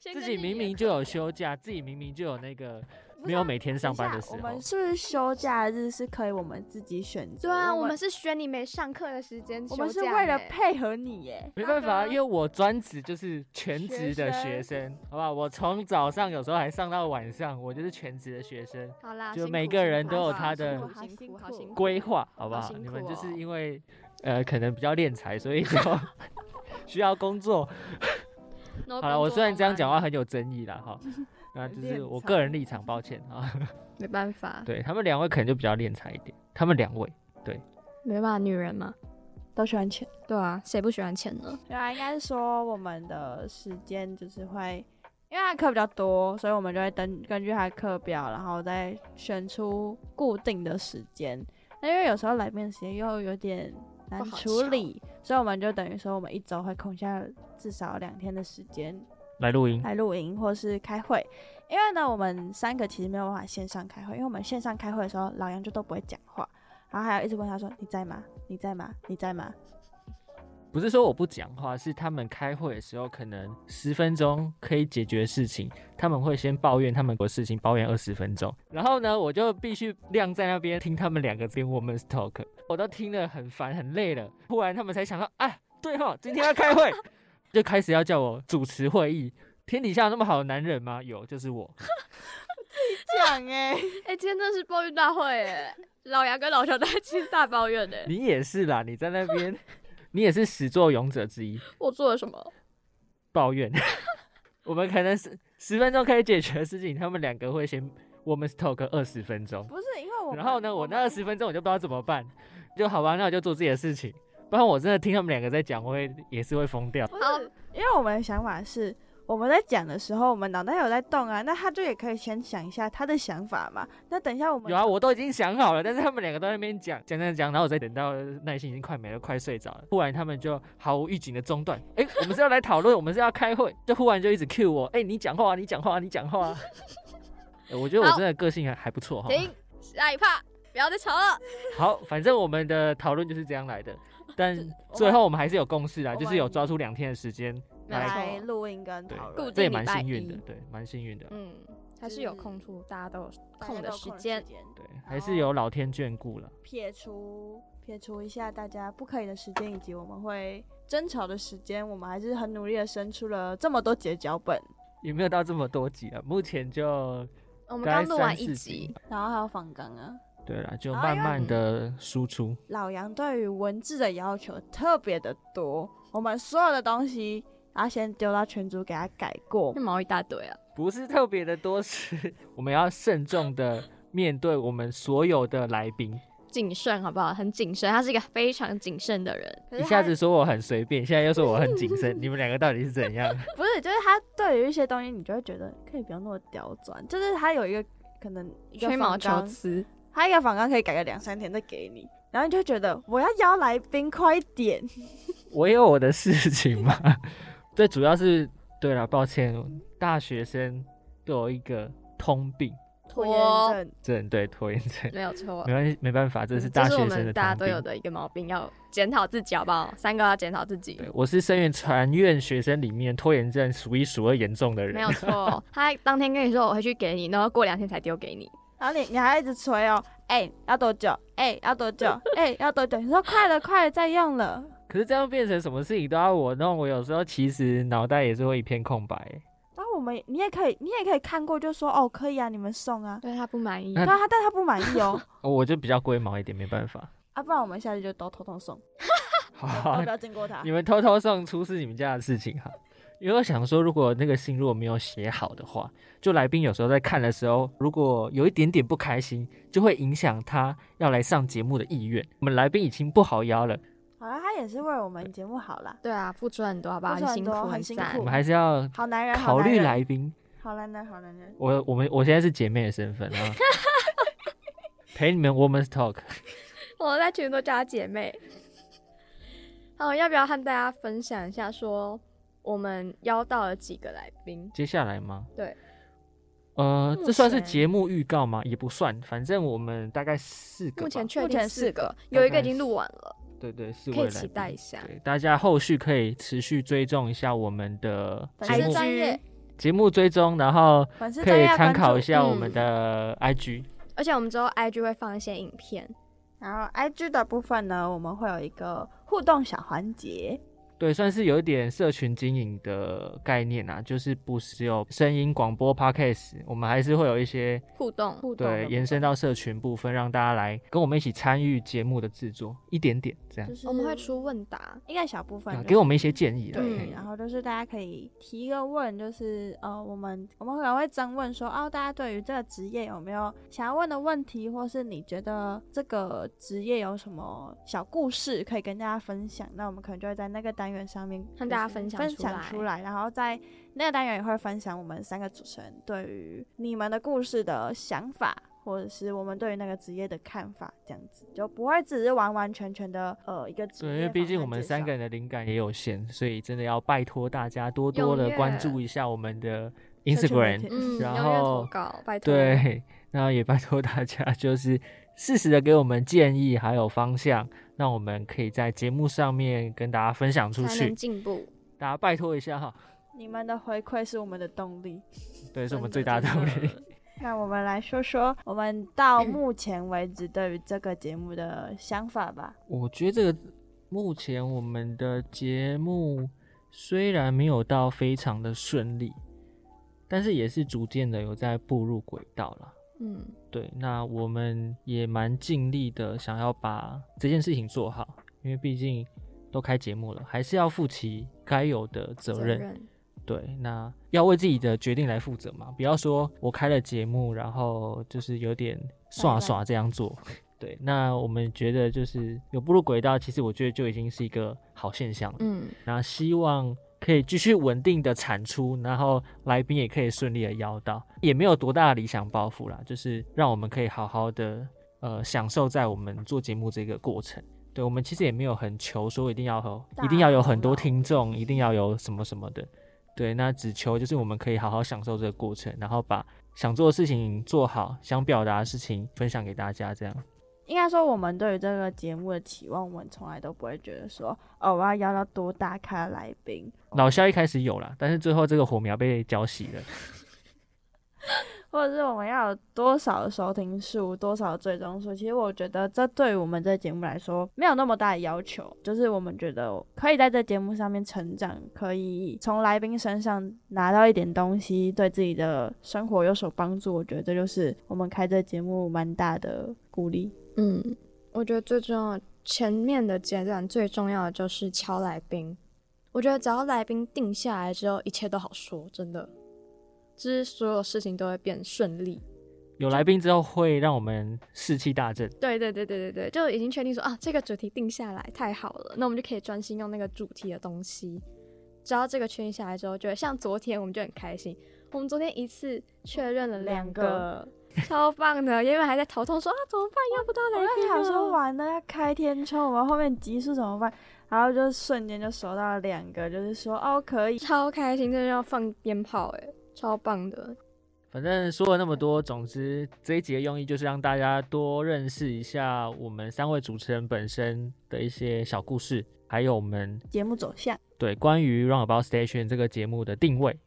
[SPEAKER 3] 先
[SPEAKER 2] 自
[SPEAKER 3] 跟
[SPEAKER 2] 己
[SPEAKER 3] 你
[SPEAKER 2] 明
[SPEAKER 3] 的
[SPEAKER 2] 明就有
[SPEAKER 3] 客
[SPEAKER 2] 休假，自己明明就有那个
[SPEAKER 1] 不是
[SPEAKER 2] 没有
[SPEAKER 1] 啊
[SPEAKER 2] 每天上班的时
[SPEAKER 1] 我
[SPEAKER 2] 候，
[SPEAKER 1] 们是不是休假日是可以我们自己选择？
[SPEAKER 3] 对啊，
[SPEAKER 1] 我
[SPEAKER 3] 我们是选你没上课的时间休假呢，
[SPEAKER 1] 我们是为了配合你耶。
[SPEAKER 2] 没办
[SPEAKER 3] 那
[SPEAKER 2] 法，啊
[SPEAKER 3] 个
[SPEAKER 2] 因为我专职就是全职的
[SPEAKER 1] 学
[SPEAKER 2] 学生，好不好？我从早上有时候还上到晚上，我就是全职的学生，
[SPEAKER 4] 哦
[SPEAKER 3] 好啦，
[SPEAKER 2] 就
[SPEAKER 3] 辛苦
[SPEAKER 2] 每
[SPEAKER 3] 辛
[SPEAKER 2] 个
[SPEAKER 3] 苦
[SPEAKER 2] 人都
[SPEAKER 3] 好
[SPEAKER 2] 有
[SPEAKER 3] 好
[SPEAKER 2] 他
[SPEAKER 3] 辛
[SPEAKER 2] 的
[SPEAKER 3] 苦好辛
[SPEAKER 1] 辛
[SPEAKER 3] 苦好
[SPEAKER 1] 苦
[SPEAKER 3] 辛苦
[SPEAKER 2] 规划，好不
[SPEAKER 3] 好
[SPEAKER 2] 好？
[SPEAKER 3] 辛
[SPEAKER 2] 你们
[SPEAKER 3] 苦
[SPEAKER 2] 就是
[SPEAKER 3] 哦
[SPEAKER 2] 因为呃，可能比较敛财，所以就 需要工作。
[SPEAKER 3] No
[SPEAKER 2] 好了，我
[SPEAKER 3] 工作
[SPEAKER 2] 虽然
[SPEAKER 3] no
[SPEAKER 2] 这样讲啊
[SPEAKER 3] money
[SPEAKER 2] 话很有争议啦，哈，那就是
[SPEAKER 1] 敛
[SPEAKER 2] 我
[SPEAKER 1] 财
[SPEAKER 2] 个人立场，抱歉啊。
[SPEAKER 3] 没办法，
[SPEAKER 2] 对他们两位可能就比较敛财一点，他们两位
[SPEAKER 3] 没办法，女人嘛，
[SPEAKER 1] 都喜欢钱。
[SPEAKER 3] 对啊，谁不喜欢钱呢？
[SPEAKER 1] 对啊，应该是说我们的时间就是会，因为他的课比较多，所以我们就会根根据他的课表，然后再选出固定的时间。那因为有时候来面时间又有点难
[SPEAKER 3] 不好
[SPEAKER 1] 处理，所以我们就等于说我们一周会空下至少两天的时间
[SPEAKER 2] 来录音，
[SPEAKER 1] 来录音或是开会。因为呢，我们三个其实没有办法线上开会，因为我们线上开会的时候，老杨就都不会讲话，然后还要一直问他说：“你在吗？你在吗？你在吗？”
[SPEAKER 2] 不是说我不讲话，是他们开会的时候，可能十分钟可以解决事情，他们会先抱怨他们有事情，抱怨二十分钟，然后呢，我就必须晾在那边听他们两个跟我们 talk，我都听得很烦很累了，忽然他们才想到，啊，对哦，今天要开会，就开始要叫我主持会议。天底下有那么好的男人吗？有，就是我。
[SPEAKER 1] 讲哎、
[SPEAKER 3] 哎、今天真是抱怨大会哎，老杨跟老乔在今天大抱怨哎，
[SPEAKER 2] 你也是啦，你在那边，你也是始作俑者之一，
[SPEAKER 3] 我做了什么？
[SPEAKER 2] 抱怨。 我们可能是十分钟可以解决的事情，他们两个会先我们 talk 二十分钟，
[SPEAKER 1] 不是因为我们
[SPEAKER 2] 然后呢，我那
[SPEAKER 1] 们
[SPEAKER 2] 二十分钟我就不知道怎么办，就好吧，那我就做自己的事情，不然我真的听他们两个在讲，我会也是会疯掉。
[SPEAKER 3] 好，
[SPEAKER 1] 因为我们的想法是，我们在讲的时候，我们脑袋有在动啊，那他就也可以先想一下他的想法嘛。那等一下我们
[SPEAKER 2] 有啊，我都已经想好了，但是他们两个都在那边讲讲讲讲，然后我再等到耐心已经快没了，快睡着了，忽然他们就毫无预警的中断。哎、我们是要来讨论，我们是要开会， 就忽然就一直 cue 我，哎、你讲话啊，你讲话啊，你讲 话啊。诶我觉得我
[SPEAKER 3] 好
[SPEAKER 2] 真的个性还还不错哈。
[SPEAKER 3] 停，下一趴，不要再吵了。
[SPEAKER 2] 好，反正我们的讨论就是这样来的，但最后我们还是有共识啦，就是有抓出两天的时间
[SPEAKER 3] 没有
[SPEAKER 2] 来，
[SPEAKER 3] 错
[SPEAKER 1] 来录音跟讨
[SPEAKER 3] 固
[SPEAKER 1] 论
[SPEAKER 3] 定
[SPEAKER 2] 这也蛮
[SPEAKER 3] 礼拜
[SPEAKER 2] 幸运的
[SPEAKER 3] 一，
[SPEAKER 2] 对，蛮幸运的，
[SPEAKER 3] 嗯，还是有空出，大家都有空
[SPEAKER 1] 空
[SPEAKER 3] 的
[SPEAKER 1] 的
[SPEAKER 3] 时
[SPEAKER 1] 时
[SPEAKER 3] 间
[SPEAKER 1] 间，，
[SPEAKER 2] 对，还是有老天眷顾了。
[SPEAKER 1] 撇除撇除一下大家不可以的时间，以及我们会争吵的时间，我们还是很努力的生出了这么多节脚本，
[SPEAKER 2] 也没有到这么多集啊，目前就
[SPEAKER 3] 我
[SPEAKER 2] 我
[SPEAKER 3] 们刚录完一集，，
[SPEAKER 1] 然后还有访纲啊。
[SPEAKER 2] 对啦，就
[SPEAKER 1] 然后
[SPEAKER 2] 慢
[SPEAKER 1] 因为
[SPEAKER 2] 慢的输出。
[SPEAKER 1] 老杨对于文字的要求特别的多，我们所有的东西，他先丢到群组给他改过
[SPEAKER 3] 那，毛一大堆啊。
[SPEAKER 2] 不是特别的多，是我们要慎重的面对我们所有的来宾。
[SPEAKER 3] 谨慎好不好？很谨慎，他是一个非常谨慎的人。
[SPEAKER 1] 可
[SPEAKER 2] 一
[SPEAKER 1] 是
[SPEAKER 2] 下
[SPEAKER 1] 他
[SPEAKER 2] 子说我很随便，现在又说我很谨慎，你们两个到底是怎样？
[SPEAKER 1] 不是，就是他对于一些东西，你就会觉得可以不用那么刁钻，就是他有一个可能一个
[SPEAKER 3] 吹毛
[SPEAKER 1] 仿
[SPEAKER 3] 求
[SPEAKER 1] 纲，
[SPEAKER 3] 疵，
[SPEAKER 1] 他一个仿纲可以改个两三天再给你，然后你就会觉得我要邀来宾快一点，
[SPEAKER 2] 我也有我的事情嘛。 最主要是，对了，抱歉，大学生都有一个通病
[SPEAKER 1] 拖延症，
[SPEAKER 2] 症，对拖延症，
[SPEAKER 3] 没有错
[SPEAKER 2] 没。关系，没办法，这是
[SPEAKER 3] 哦嗯
[SPEAKER 2] 大学
[SPEAKER 3] 我
[SPEAKER 2] 生的通
[SPEAKER 3] 们
[SPEAKER 2] 病。
[SPEAKER 3] 大家都有的一个毛病，要检讨自己好不好？三个要检讨自己
[SPEAKER 2] 对，，我是深院传院学生里面拖延症数一数二严重的人。
[SPEAKER 3] 没有错。他当天跟你说我回去给你，然后过两天才丢给你，
[SPEAKER 1] 然后你你还一直催哦，哎、要多久？哎、要多久？哎、要多久？你说快了快了，再用了，
[SPEAKER 2] 可是这样变成什么事情都要我弄，我有时候其实脑袋也是会一片空白。
[SPEAKER 1] 然后我们你也可以你也可以看过就说哦可以啊，你们送啊，
[SPEAKER 3] 对他不满意
[SPEAKER 2] 那
[SPEAKER 1] 对啊，他但他不满意哦，
[SPEAKER 2] 我就比较龟毛一点，没办法。
[SPEAKER 1] 啊不然我们下次就都偷偷送，
[SPEAKER 2] 好
[SPEAKER 1] 都不，要经过
[SPEAKER 4] 啊
[SPEAKER 1] 他
[SPEAKER 2] 你。们偷偷送出是你们家的事情哈。 因为我想说，如果那个信如果没有写好的话，就来宾有时候在看的时候，如果有一点点不开心，就会影响他要来上节目的意愿。我们来宾已经不好邀了，
[SPEAKER 4] 嗯
[SPEAKER 1] 好了，他也是为我们节目好啦，
[SPEAKER 3] 对啊，付出很多好不好？
[SPEAKER 1] 付出很
[SPEAKER 3] 辛苦，
[SPEAKER 1] 多很辛
[SPEAKER 3] 赞
[SPEAKER 2] 我
[SPEAKER 1] 苦。
[SPEAKER 2] 们还是要
[SPEAKER 1] 好男人，好
[SPEAKER 2] 考
[SPEAKER 1] 男
[SPEAKER 2] 虑
[SPEAKER 1] 人
[SPEAKER 2] 来宾。
[SPEAKER 1] 好男人，好男人。
[SPEAKER 2] 我我们我现在是姐妹的身份 啊，陪你们 woman's talk。
[SPEAKER 3] 我在群都叫她姐妹。好，要不要和大家分享一下说我们邀到了几个来宾？
[SPEAKER 2] 接下来吗？
[SPEAKER 3] 对，
[SPEAKER 2] 呃，
[SPEAKER 4] 目
[SPEAKER 2] 这算是
[SPEAKER 4] 前
[SPEAKER 2] 节目预告吗？也不算，反正我们大概四个吧。
[SPEAKER 4] 目前确
[SPEAKER 1] 目
[SPEAKER 4] 定
[SPEAKER 1] 前
[SPEAKER 4] 四
[SPEAKER 1] 四
[SPEAKER 4] 个
[SPEAKER 1] 个，
[SPEAKER 4] 有一
[SPEAKER 2] 大
[SPEAKER 4] 个
[SPEAKER 2] 概
[SPEAKER 4] 已经录完了，
[SPEAKER 2] 对对，是
[SPEAKER 4] 可
[SPEAKER 2] 未
[SPEAKER 4] 以
[SPEAKER 2] 来
[SPEAKER 4] 期
[SPEAKER 2] 的
[SPEAKER 4] 待一下。
[SPEAKER 2] 嗯对，大家后续可以持续追踪一下我们的
[SPEAKER 1] 粉
[SPEAKER 2] 节
[SPEAKER 1] 丝
[SPEAKER 2] 目
[SPEAKER 1] 专业，
[SPEAKER 2] 节目追踪，然后
[SPEAKER 1] 粉丝
[SPEAKER 2] 可
[SPEAKER 1] 专
[SPEAKER 2] 以
[SPEAKER 1] 业
[SPEAKER 2] 参
[SPEAKER 1] 关
[SPEAKER 2] 考
[SPEAKER 1] 注
[SPEAKER 2] 一，下我
[SPEAKER 4] 嗯
[SPEAKER 2] 们的 IG。
[SPEAKER 4] 而且我们之后 IG 会放一些影片，
[SPEAKER 1] 然后 IG 的部分呢，我们会有一个互动小环节，
[SPEAKER 2] 对，算是有一点社群经营的概念啊，就是不是只有声音广播 podcast，我们还是会有一些
[SPEAKER 4] 互动。
[SPEAKER 1] 互动的
[SPEAKER 2] 对
[SPEAKER 1] 部
[SPEAKER 2] 延伸到社群部分，让大家来跟我们一起参与节目的制作，一点点这样
[SPEAKER 1] 分，就，是
[SPEAKER 4] 我们会出问答，
[SPEAKER 1] 一个小部分
[SPEAKER 2] 啊
[SPEAKER 1] 就是、
[SPEAKER 2] 给我们一些建议啦。
[SPEAKER 1] 对，
[SPEAKER 4] 嗯
[SPEAKER 2] 嘿
[SPEAKER 1] 然后就是大家可以提一个问，就是呃，我们我们可能会征问说，哦，大家对于这个职业有没有想要问的问题，或是你觉得这个职业有什么小故事可以跟大家分享？那我们可能就会在那个单元上面
[SPEAKER 4] 和大家
[SPEAKER 1] 就是
[SPEAKER 4] 分享
[SPEAKER 1] 分
[SPEAKER 4] 出
[SPEAKER 1] 享
[SPEAKER 4] 来
[SPEAKER 1] 出来，然后在那个单元也会分享我们三个主持人对于你们的故事的想法。或者是我们对于那个职业的看法，这样子就不会只是完完全全的呃一个职业访
[SPEAKER 2] 对，
[SPEAKER 1] 谈
[SPEAKER 2] 因
[SPEAKER 1] 介绍。
[SPEAKER 2] 为毕竟我们三个人的灵感也有限，所以真的要拜托大家多多的
[SPEAKER 4] 踊跃
[SPEAKER 2] 关注一下我们的
[SPEAKER 1] 社群媒
[SPEAKER 2] Instagram，
[SPEAKER 1] 体
[SPEAKER 4] 嗯，
[SPEAKER 2] 然
[SPEAKER 4] 踊跃投
[SPEAKER 2] 后
[SPEAKER 4] 稿，拜托。，
[SPEAKER 2] 对，那也拜托大家就是适时的给我们建议还有方向，让我们可以在节目上面跟大家分享出
[SPEAKER 4] 才能
[SPEAKER 2] 去。
[SPEAKER 4] 进步。
[SPEAKER 2] 大家拜托一下哈，
[SPEAKER 1] 你们的回馈是我们的动力。
[SPEAKER 2] 对，是我们最
[SPEAKER 4] 真
[SPEAKER 2] 大
[SPEAKER 4] 的
[SPEAKER 2] 的
[SPEAKER 4] 真
[SPEAKER 2] 动力。
[SPEAKER 4] 的
[SPEAKER 1] 那我们来说说我们到目前为止对于这个节目的想法吧。
[SPEAKER 2] 我觉得这个目前我们的节目虽然没有到非常的顺利，但是也是逐渐的有在步入轨道了。
[SPEAKER 4] 嗯，
[SPEAKER 2] 对，那我们也蛮尽力的，想要把这件事情做好，因为毕竟都开节目了，还是要负起该有的责任。对，那要为自己的决定来负责嘛，不要说我开了节目，然后就是有点耍耍这样做。 对，那我们觉得就是有步入轨道，其实我觉得就已经是一个好现象了。
[SPEAKER 4] 嗯，
[SPEAKER 2] 那希望可以继续稳定的产出，然后来宾也可以顺利的邀到，也没有多大的理想抱负啦，就是让我们可以好好的呃享受在我们做节目这个过程。对我们其实也没有很求说一定要有
[SPEAKER 1] 大
[SPEAKER 2] 一定要有很
[SPEAKER 1] 头
[SPEAKER 2] 多
[SPEAKER 1] 脑
[SPEAKER 2] 听众，一定要有什么什么的。对，那只求就是我们可以好好享受这个过程，然后把想做的事情做好，想表达的事情分享给大家，这样。
[SPEAKER 1] 应该说，我们对于这个节目的期望，我们从来都不会觉得说，哦，我要邀到多大咖的来宾，
[SPEAKER 2] 老肖一开始有啦，但是最后这个火苗被浇熄了。
[SPEAKER 1] 或者是我们要有多少的收听数、多少的追踪数。其实我觉得这对于我们这节目来说没有那么大的要求，就是我们觉得可以在这节目上面成长，可以从来宾身上拿到一点东西，对自己的生活有所帮助。我觉得这就是我们开这节目蛮大的鼓励。
[SPEAKER 4] 嗯，我觉得最重要，前面的阶段最重要的就是敲来宾。我觉得只要来宾定下来之后，一切都好说，真的，就是所有事情都会变顺利。
[SPEAKER 2] 有来宾之后会让我们士气大振。
[SPEAKER 4] 对对对对对对，就已经确定说啊，这个主题定下来太好了，那我们就可以专心用那个主题的东西。只要这个确定下来之后，就会像昨天我们就很开心，我们昨天一次确认了两个，超棒的，因为还在头痛说啊怎么办，要不到
[SPEAKER 1] 我
[SPEAKER 4] 来
[SPEAKER 1] 在
[SPEAKER 4] 宾
[SPEAKER 1] 想说，
[SPEAKER 4] 了。
[SPEAKER 1] 完了要开天窗，我们后面集数怎么办？然后就瞬间就收到了两个，就是说哦可以，
[SPEAKER 4] 超开心，真的要放鞭炮哎、超棒的，
[SPEAKER 2] 反正说了那么多，总之这一集的用意就是让大家多认识一下我们三位主持人本身的一些小故事，还有我们
[SPEAKER 1] 节目走向
[SPEAKER 2] 对关于 Roundabout Station 这个节目的定位，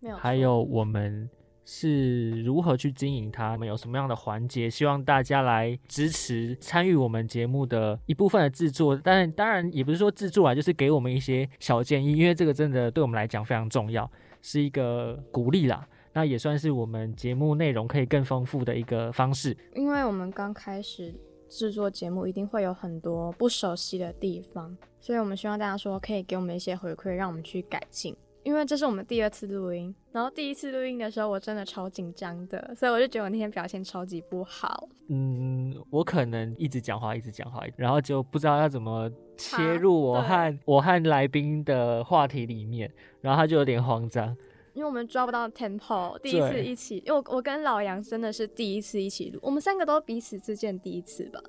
[SPEAKER 4] 没有错。
[SPEAKER 2] 还有我们是如何去经营它，我们有什么样的环节，希望大家来支持参与我们节目的一部分的制作。但当然也不是说制作啊，就是给我们一些小建议，因为这个真的对我们来讲非常重要，是一个鼓励啦。那也算是我们节目内容可以更丰富的一个方式。
[SPEAKER 4] 因为我们刚开始制作节目，一定会有很多不熟悉的地方，所以我们希望大家说可以给我们一些回馈，让我们去改进。因为这是我们第二次录音，然后第一次录音的时候我真的超紧张的，所以我就觉得我那天表现超级不好。
[SPEAKER 2] 嗯，我可能一直讲话，一直讲话，然后就不知道要怎么切
[SPEAKER 4] 插
[SPEAKER 2] 入我
[SPEAKER 4] 对
[SPEAKER 2] 和我和来宾的话题里面，然后他就有点慌张。
[SPEAKER 4] 因为我们抓不到 tempo，第一次
[SPEAKER 2] 对
[SPEAKER 4] 一起，因为我我跟老杨真的是第一次一起录，我们三个都彼此之间第一次吧。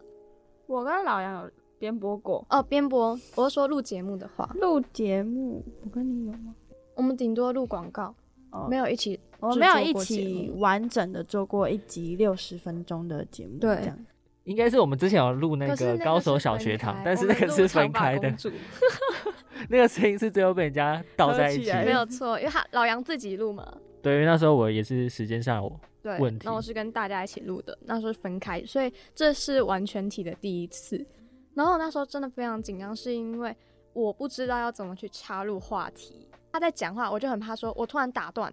[SPEAKER 1] 我跟老杨有编播过
[SPEAKER 4] 哦，编播，我是说录节目的话，
[SPEAKER 1] 录节目，我跟你有吗？
[SPEAKER 4] 我们顶多录广告，
[SPEAKER 5] 哦
[SPEAKER 1] 没有一起
[SPEAKER 5] 我们没有
[SPEAKER 1] 制
[SPEAKER 5] 一
[SPEAKER 1] 作过节
[SPEAKER 5] 起
[SPEAKER 1] 目
[SPEAKER 5] 完整的做过一集六十分钟的节目，
[SPEAKER 1] 对
[SPEAKER 5] 这样
[SPEAKER 2] 应该是我们之前有录那
[SPEAKER 4] 可是
[SPEAKER 2] 个
[SPEAKER 4] 那
[SPEAKER 2] 高手
[SPEAKER 4] 是
[SPEAKER 2] 小
[SPEAKER 4] 分
[SPEAKER 2] 学堂
[SPEAKER 4] 开，
[SPEAKER 2] 但
[SPEAKER 4] 我
[SPEAKER 2] 是那
[SPEAKER 4] 们
[SPEAKER 2] 个
[SPEAKER 4] 录
[SPEAKER 2] 是
[SPEAKER 4] 长
[SPEAKER 2] 分
[SPEAKER 4] 发
[SPEAKER 2] 开
[SPEAKER 4] 公
[SPEAKER 2] 的，
[SPEAKER 4] 主
[SPEAKER 2] 那个声音是最后被人家倒
[SPEAKER 5] 合
[SPEAKER 2] 在一
[SPEAKER 5] 起
[SPEAKER 2] 起
[SPEAKER 5] 来
[SPEAKER 4] 没
[SPEAKER 2] 的。
[SPEAKER 4] 有错，因为他老杨自己录嘛，
[SPEAKER 2] 对，因为那时候我也是时间上有
[SPEAKER 4] 对
[SPEAKER 2] 问，题
[SPEAKER 4] 那我是跟大家一起录的，那时候是分开，所以这是完全体的第一次。然后那时候真的非常紧张，是因为我不知道要怎么去插入话题。他在讲话，我就很怕说，我突然打断，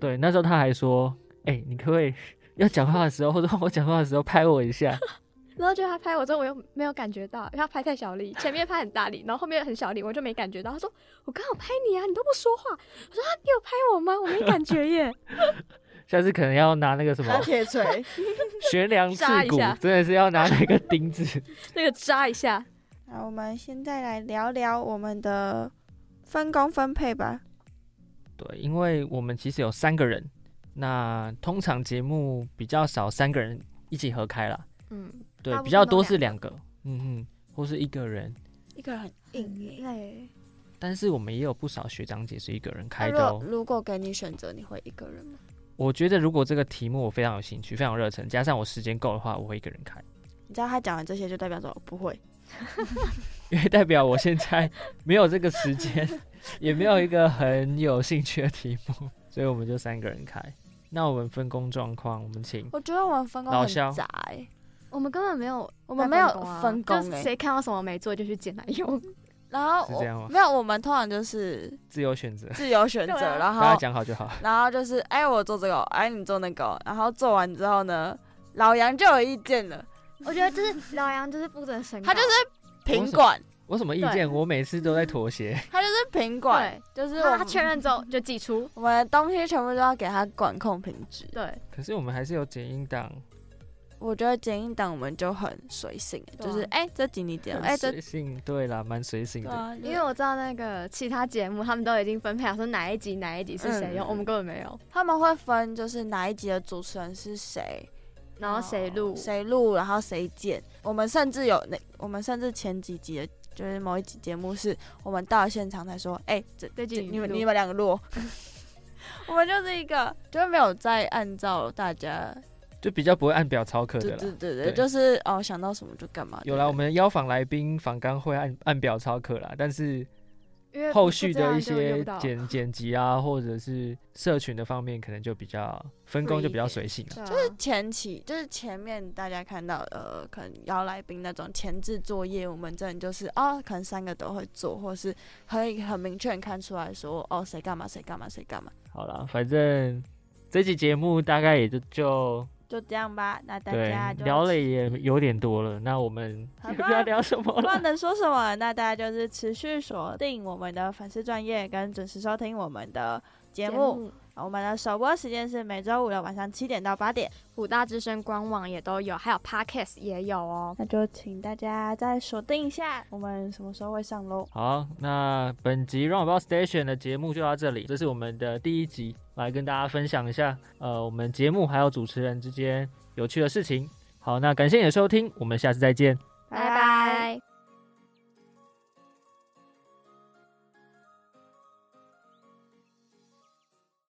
[SPEAKER 2] 对，那时候他还说：“哎、你可不可以要讲话的时候，或者我讲话的时候拍我一下
[SPEAKER 4] 然后就他拍我之后，我又没有感觉到，因为他拍太 小力，前面拍很大力，然后后面很小力，我就没感觉到。他说：“我刚好拍你啊，你都不说话。”我说：“啊，你有拍我吗？我没感觉耶。？”
[SPEAKER 2] 下次可能要拿那个什么
[SPEAKER 5] 拿铁 锤，
[SPEAKER 2] 悬梁刺
[SPEAKER 4] 扎一
[SPEAKER 2] 股
[SPEAKER 4] 下，
[SPEAKER 2] 真的是要拿那个钉 子。”
[SPEAKER 4] 那个扎一下，
[SPEAKER 5] 好，我们现在来聊聊我们的分工分配吧。
[SPEAKER 2] 对，因为我们其实有三个人，那通常节目比较少三个人一起合开啦。
[SPEAKER 4] 嗯，
[SPEAKER 2] 对
[SPEAKER 3] 大，部
[SPEAKER 2] 比较
[SPEAKER 3] 分都
[SPEAKER 2] 多是两个，嗯嗯，或是一个人。
[SPEAKER 5] 一个人很
[SPEAKER 4] 欸
[SPEAKER 3] 硬
[SPEAKER 1] 累，
[SPEAKER 2] 但是我们也有不少学长姐是一个人开
[SPEAKER 1] 那
[SPEAKER 2] 的哦
[SPEAKER 1] 如。如果给你选择，你会一个人吗？
[SPEAKER 2] 我觉得如果这个题目我非常有兴趣，非常热忱，加上我时间够的话，我会一个人开，
[SPEAKER 5] 你知道他讲完这些，就代表说我不会。
[SPEAKER 2] 因为代表我现在没有这个 时间，也没有一个很有兴趣的题目，所以我们就三个人开。那我们分工状况，我们请
[SPEAKER 1] 我觉得我们分工
[SPEAKER 2] 老
[SPEAKER 1] 很
[SPEAKER 2] 肖
[SPEAKER 1] 杂哎，
[SPEAKER 4] 我们根本没有，啊
[SPEAKER 1] 我们没有分工
[SPEAKER 4] 就是
[SPEAKER 3] 欸
[SPEAKER 1] 哎
[SPEAKER 4] 谁看到什么没做就去捡来用。
[SPEAKER 1] 然后
[SPEAKER 2] 是这样吗
[SPEAKER 1] 我没有，我们通常就是
[SPEAKER 2] 自由选择，
[SPEAKER 1] 自由选择，
[SPEAKER 4] 对啊
[SPEAKER 1] 然
[SPEAKER 2] 大家
[SPEAKER 1] 后
[SPEAKER 2] 讲好就好。
[SPEAKER 1] 然后就是哎、我做这个，哎、你做那个，然后做完之后呢，老杨就有意见了，
[SPEAKER 3] 我觉得就是老杨就是负责审稿，
[SPEAKER 1] 他就是品
[SPEAKER 2] 什
[SPEAKER 1] 管，
[SPEAKER 2] 我什么意见？我每次都在妥协。
[SPEAKER 1] 他就是品管，就是我
[SPEAKER 4] 他
[SPEAKER 1] 们
[SPEAKER 4] 确认之后就寄出。
[SPEAKER 1] 我们的东西全部都要给他管控品质。
[SPEAKER 4] 对，
[SPEAKER 2] 可是我们还是有剪音档，
[SPEAKER 1] 我觉得剪映档我们就很随性，
[SPEAKER 4] 对啊
[SPEAKER 1] 就是哎、这集你剪，哎、
[SPEAKER 2] 很
[SPEAKER 1] 这
[SPEAKER 2] 随性。对啦，蛮随性
[SPEAKER 1] 对
[SPEAKER 2] 的。
[SPEAKER 1] 啊，
[SPEAKER 4] 因为我知道那个其他节目他们都已经分配好说哪一集哪一集是谁用，
[SPEAKER 1] 嗯
[SPEAKER 4] 我们根本没有。
[SPEAKER 1] 他们会分就是哪一集的主持人是谁，
[SPEAKER 4] 然后谁录，
[SPEAKER 1] 哦谁录，然后谁剪。我们甚至有那，我们甚至前几集的，就是某一集节目是我们到了现场才说，哎、这
[SPEAKER 4] 这集
[SPEAKER 1] 这你们
[SPEAKER 4] 录
[SPEAKER 1] 你们两个录 哦，我们就是一个就是没有再按照大家，
[SPEAKER 2] 就比较不会按表操课
[SPEAKER 1] 对
[SPEAKER 2] 的
[SPEAKER 1] 对
[SPEAKER 2] 啦。
[SPEAKER 1] 对对，
[SPEAKER 2] 对
[SPEAKER 1] 就是哦想到什么就干嘛。
[SPEAKER 2] 有
[SPEAKER 1] 对
[SPEAKER 2] 啦，我们邀访来宾访纲会按按表操课啦，但是
[SPEAKER 4] 因为
[SPEAKER 2] 后续
[SPEAKER 4] 不这样
[SPEAKER 2] 的一
[SPEAKER 4] 就用
[SPEAKER 2] 些
[SPEAKER 4] 不到
[SPEAKER 2] 剪剪辑啊，或者是社群的方面，可能就比较分工就比较随性了。
[SPEAKER 4] 就是
[SPEAKER 1] 前期就是前面大家看到呃，可能邀来宾那种前置作业，我们真的就是哦，可能三个都会做，或是可以很明确地看出来说哦，谁干嘛谁干嘛谁干嘛，
[SPEAKER 2] 好啦，反正这期节目大概也就就
[SPEAKER 5] 就这样吧，那大
[SPEAKER 2] 对
[SPEAKER 5] 家就
[SPEAKER 2] 聊了也 有点多了，那我们
[SPEAKER 5] 好
[SPEAKER 2] 也
[SPEAKER 5] 吧
[SPEAKER 2] 不知道聊什么
[SPEAKER 5] 不知道
[SPEAKER 2] 了。
[SPEAKER 5] 能说什么，那大家就是持续锁定我们的粉丝专业，跟准时收听我们的节目。我们的首播时间是每周五的晚上七点到八点，
[SPEAKER 4] 五大之声官网也都有，还有 Podcast 也有哦。
[SPEAKER 5] 那就请大家再锁定一下，我们什么时候会上喽？
[SPEAKER 2] 好，那本集 Roundabout Station 的节目就到这里，这是我们的第一集，来跟大家分享一下，呃，我们节目还有主持人之间有趣的事情。好，那感谢你的收听，我们下次再见，